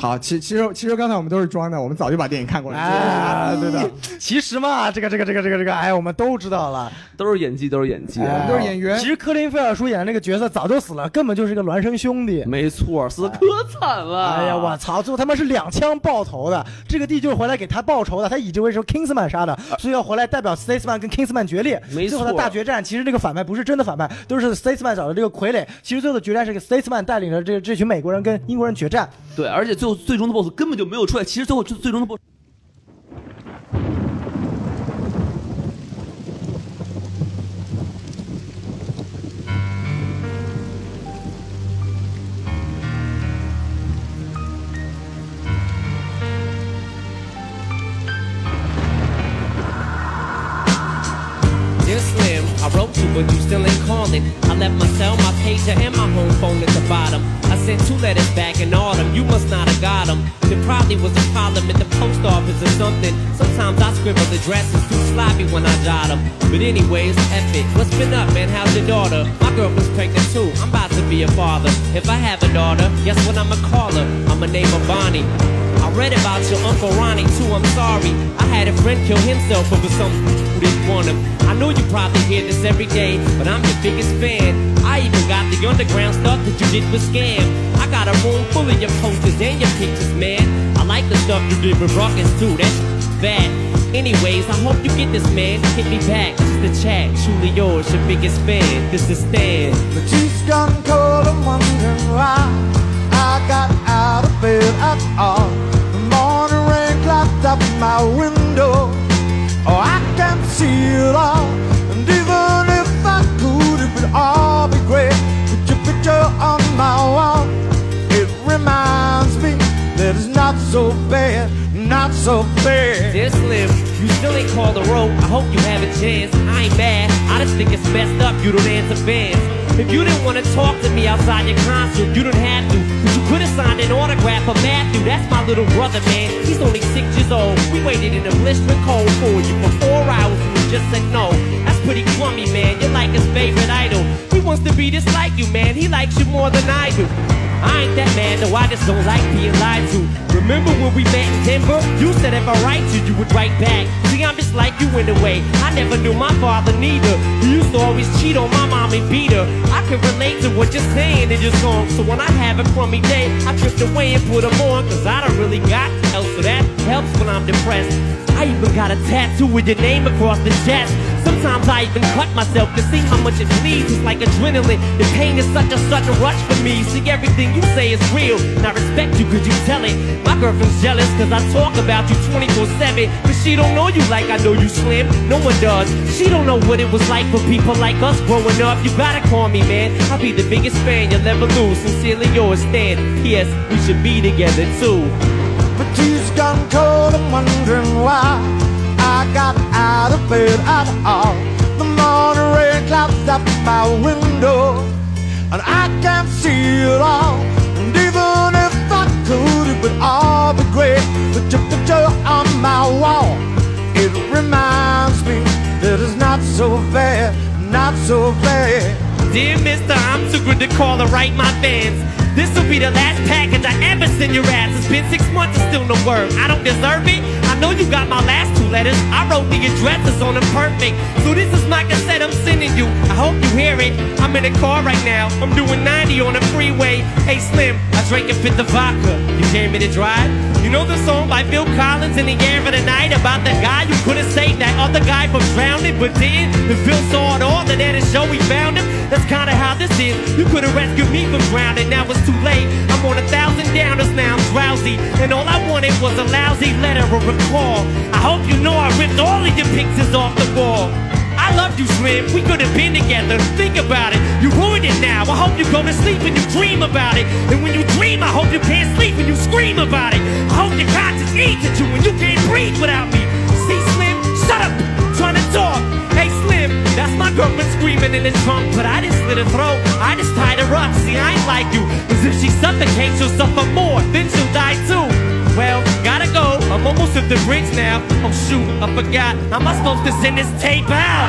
A: 好，其其实其实刚才我们都是装的，我们早就把电影看过了。
C: 哎，对的，其实嘛，这个这个这个这个这个，哎，我们都知道了，
B: 都是演技，都是演技，
A: 哎都是演员
C: 其实科林菲尔叔演的那个角色早就死了，根本就是一个孪生兄弟。
B: 没错，死得可惨了。
C: 哎呀，我操！最后他妈是两枪爆头的，这个地就是回来给他报仇的，他以这为是 Kingsman 杀的，所以要回来代表 Statesman 跟 Kingsman 决裂。
B: 没错
C: 最后的大决战，其实这个反派不是真的反派，都是 Statesman 找的这个傀儡。其实最后的决战是个 Statesman 带领着这这群美国人跟英国人决战。
B: 对，而且最后最终的 BOSS 根本就没有出来。其实最后最最终的 BOSS
D: Dear Slim, I wrote you, but you still ain't calling. I left my cell, my pager, and my home phone at the bottom. I sent two letters back in autumn. You must not have got them. There probably was a problem at the post office or something. Sometimes I scribble addresses too sloppy when I jot 'em. But anyways, F it. What's been up, man? How's your daughter? My girlfriend's pregnant too. I'm about to be a father. If I have a daughter, guess what I'ma call her? I'ma name her Bonnie. I read about your Uncle Ronnie too, I'm sorry. I had a friend kill himself over some who didn't want him. I know you probably hear this every day, but I'm your biggest fan. I even got the underground stuff that you did with Scam. I got a room full of your posters and your pictures, man. I like the stuff you did with Rockets too, that's bad. Anyways, I hope you get this, man. Hit me back, this is the chat. Truly yours, your biggest fan. This is Stan.
E: The cheeks gone cold, I'm wondering why I got out of bed at all. The morning rain clapped up my window. Oh, I can't see it all. And even if I could, it would all be great. Put your picture on my wall. It reminds me that it's not so bad, not so bad.
D: Dear Slim, you still ain't called the road. I hope you have a chance. I ain't mad. I just think it's messed up you don't answer fans. If you didn't want to talk to me outside your concert, you didn't have to. But you could have signed an autograph for Matthew. That's my little brother, man. He's only six years old. We waited in the blistering cold for you for four hours and you just said no. That's pretty crummy, man. You're like his favorite idol. He wants to be just like you, man. He likes you more than I do. I ain't that mad, though I just don't like being lied to. Remember when we met in Denver? You said if I write you, you would write back. See, I'm just like you in a way. I never knew my father neither. He used to always cheat on my mom and beat her. I can relate to what you're saying in your song. So when I have a crummy day, I drift away and put 'em on. Cause I don't really got else, so that helps when I'm depressed. I even got a tattoo with your name across the chest. Sometimes I even cut myself to see how much it bleeds. It's like adrenaline. The pain is such a sudden rush for me. See, everything you say is real. And I respect you because you tell it. My girlfriend's jealous because I talk about you 24-7. But she don't know you like I know you slim. No one does. She don't know what it was like for people like us growing up. You gotta call me, man. I'll be the biggest fan you'll ever lose. Sincerely yours, Stan. P.S. We should be together too.
E: But she's gone cold, I'm wondering why I got out of bed at all. The morning rain clouds up my window, and I can't see it all. And even if I could, it would all be great. But your picture on my wall, it reminds me that it's not so bad, not so bad.
D: Dear mister, I'm too good to call or write my fans. This'll be the last package I ever send your ass. It's been six months and still no word. I don't deserve it. I know you got my last two letters. I wrote the addresses on them perfect. So this is my cassette I'm sending you. I hope you hear it. I'm in a car right now. I'm doing 90 on the freeway. Hey Slim, I drank a fifth of vodka. You dare me to drive? You know the song by Phil Collins in the air of the night about the guy you couldn't save that other guy from drowning, but did. The Phil saw it all, and at his show he found him. That's kinda how this is. You could've rescued me from drowning, now it's too late. I'm on a thousand downers now, I'm drowsy. And all I wanted was a lousy letter or a call. I hope you know I ripped all of your pictures off the wall. I loved you, Slim. We could have been together. Think about it. You ruined it now. I hope you go to sleep and you dream about it. And when you dream, I hope you can't sleep and you scream about it. I hope your conscience eats at you and you can't breathe without me. See, Slim, shut up. Trying to talk. Hey, Slim, that's my girlfriend screaming in the trunk. But I just slit her throat. I just tied her up. See, I ain't like you. Cause if she suffocates, she'll suffer more. Then she'll die too. Well, gotta go. I'm almost at the bridge now. Oh shoot, I forgot. How am I supposed to send this tape out?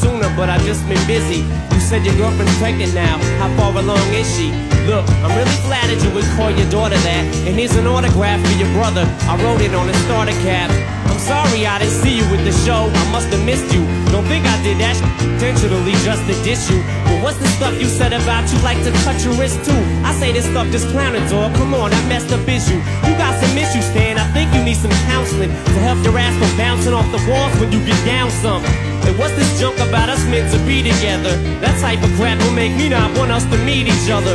D: shoulda, but I've just been busy. You said your girlfriend's pregnant now. How far along is she? Look, I'm really flattered you would call your daughter that. And here's an autograph for your brother. I wrote it on a starter cap. I'm sorry I didn't see you with the show. I must have missed you. Don't think I did that sh- intentionally just to diss you. But what's the stuff you said about you like to cut your wrist too? I say this stuff just clowning, dog. Come on, I messed up issue. You got some issues, Stan. I think you need some counseling to help your ass from bouncing off the walls when you get down some. And what's this junk about us meant to be together? That type of crap will make me not want us to meet each other.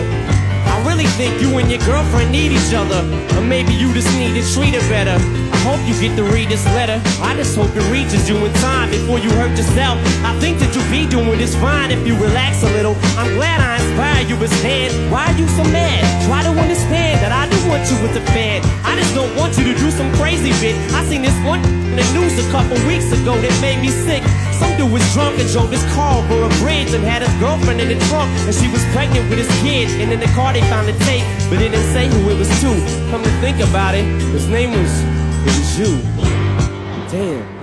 D: I really think you and your girlfriend need each other. Or maybe you just need to treat her better. I hope you get to read this letter. I just hope it reaches you in time before you hurt yourself. I think that you be doing this fine if you relax a little. I'm glad I inspired you, but Stan, why are you so mad? Try to understand that I do want you with a fan. I just don't want you to do some crazy bit. I seen this one in the news a couple weeks ago that made me sick. Some dude was drunk and drove his car over a bridge and had his girlfriend in the trunk, and she was pregnant with his kid. And in the car they found a tape, but they didn't say who it was to. Come to think about it, his name was it was you. Damn.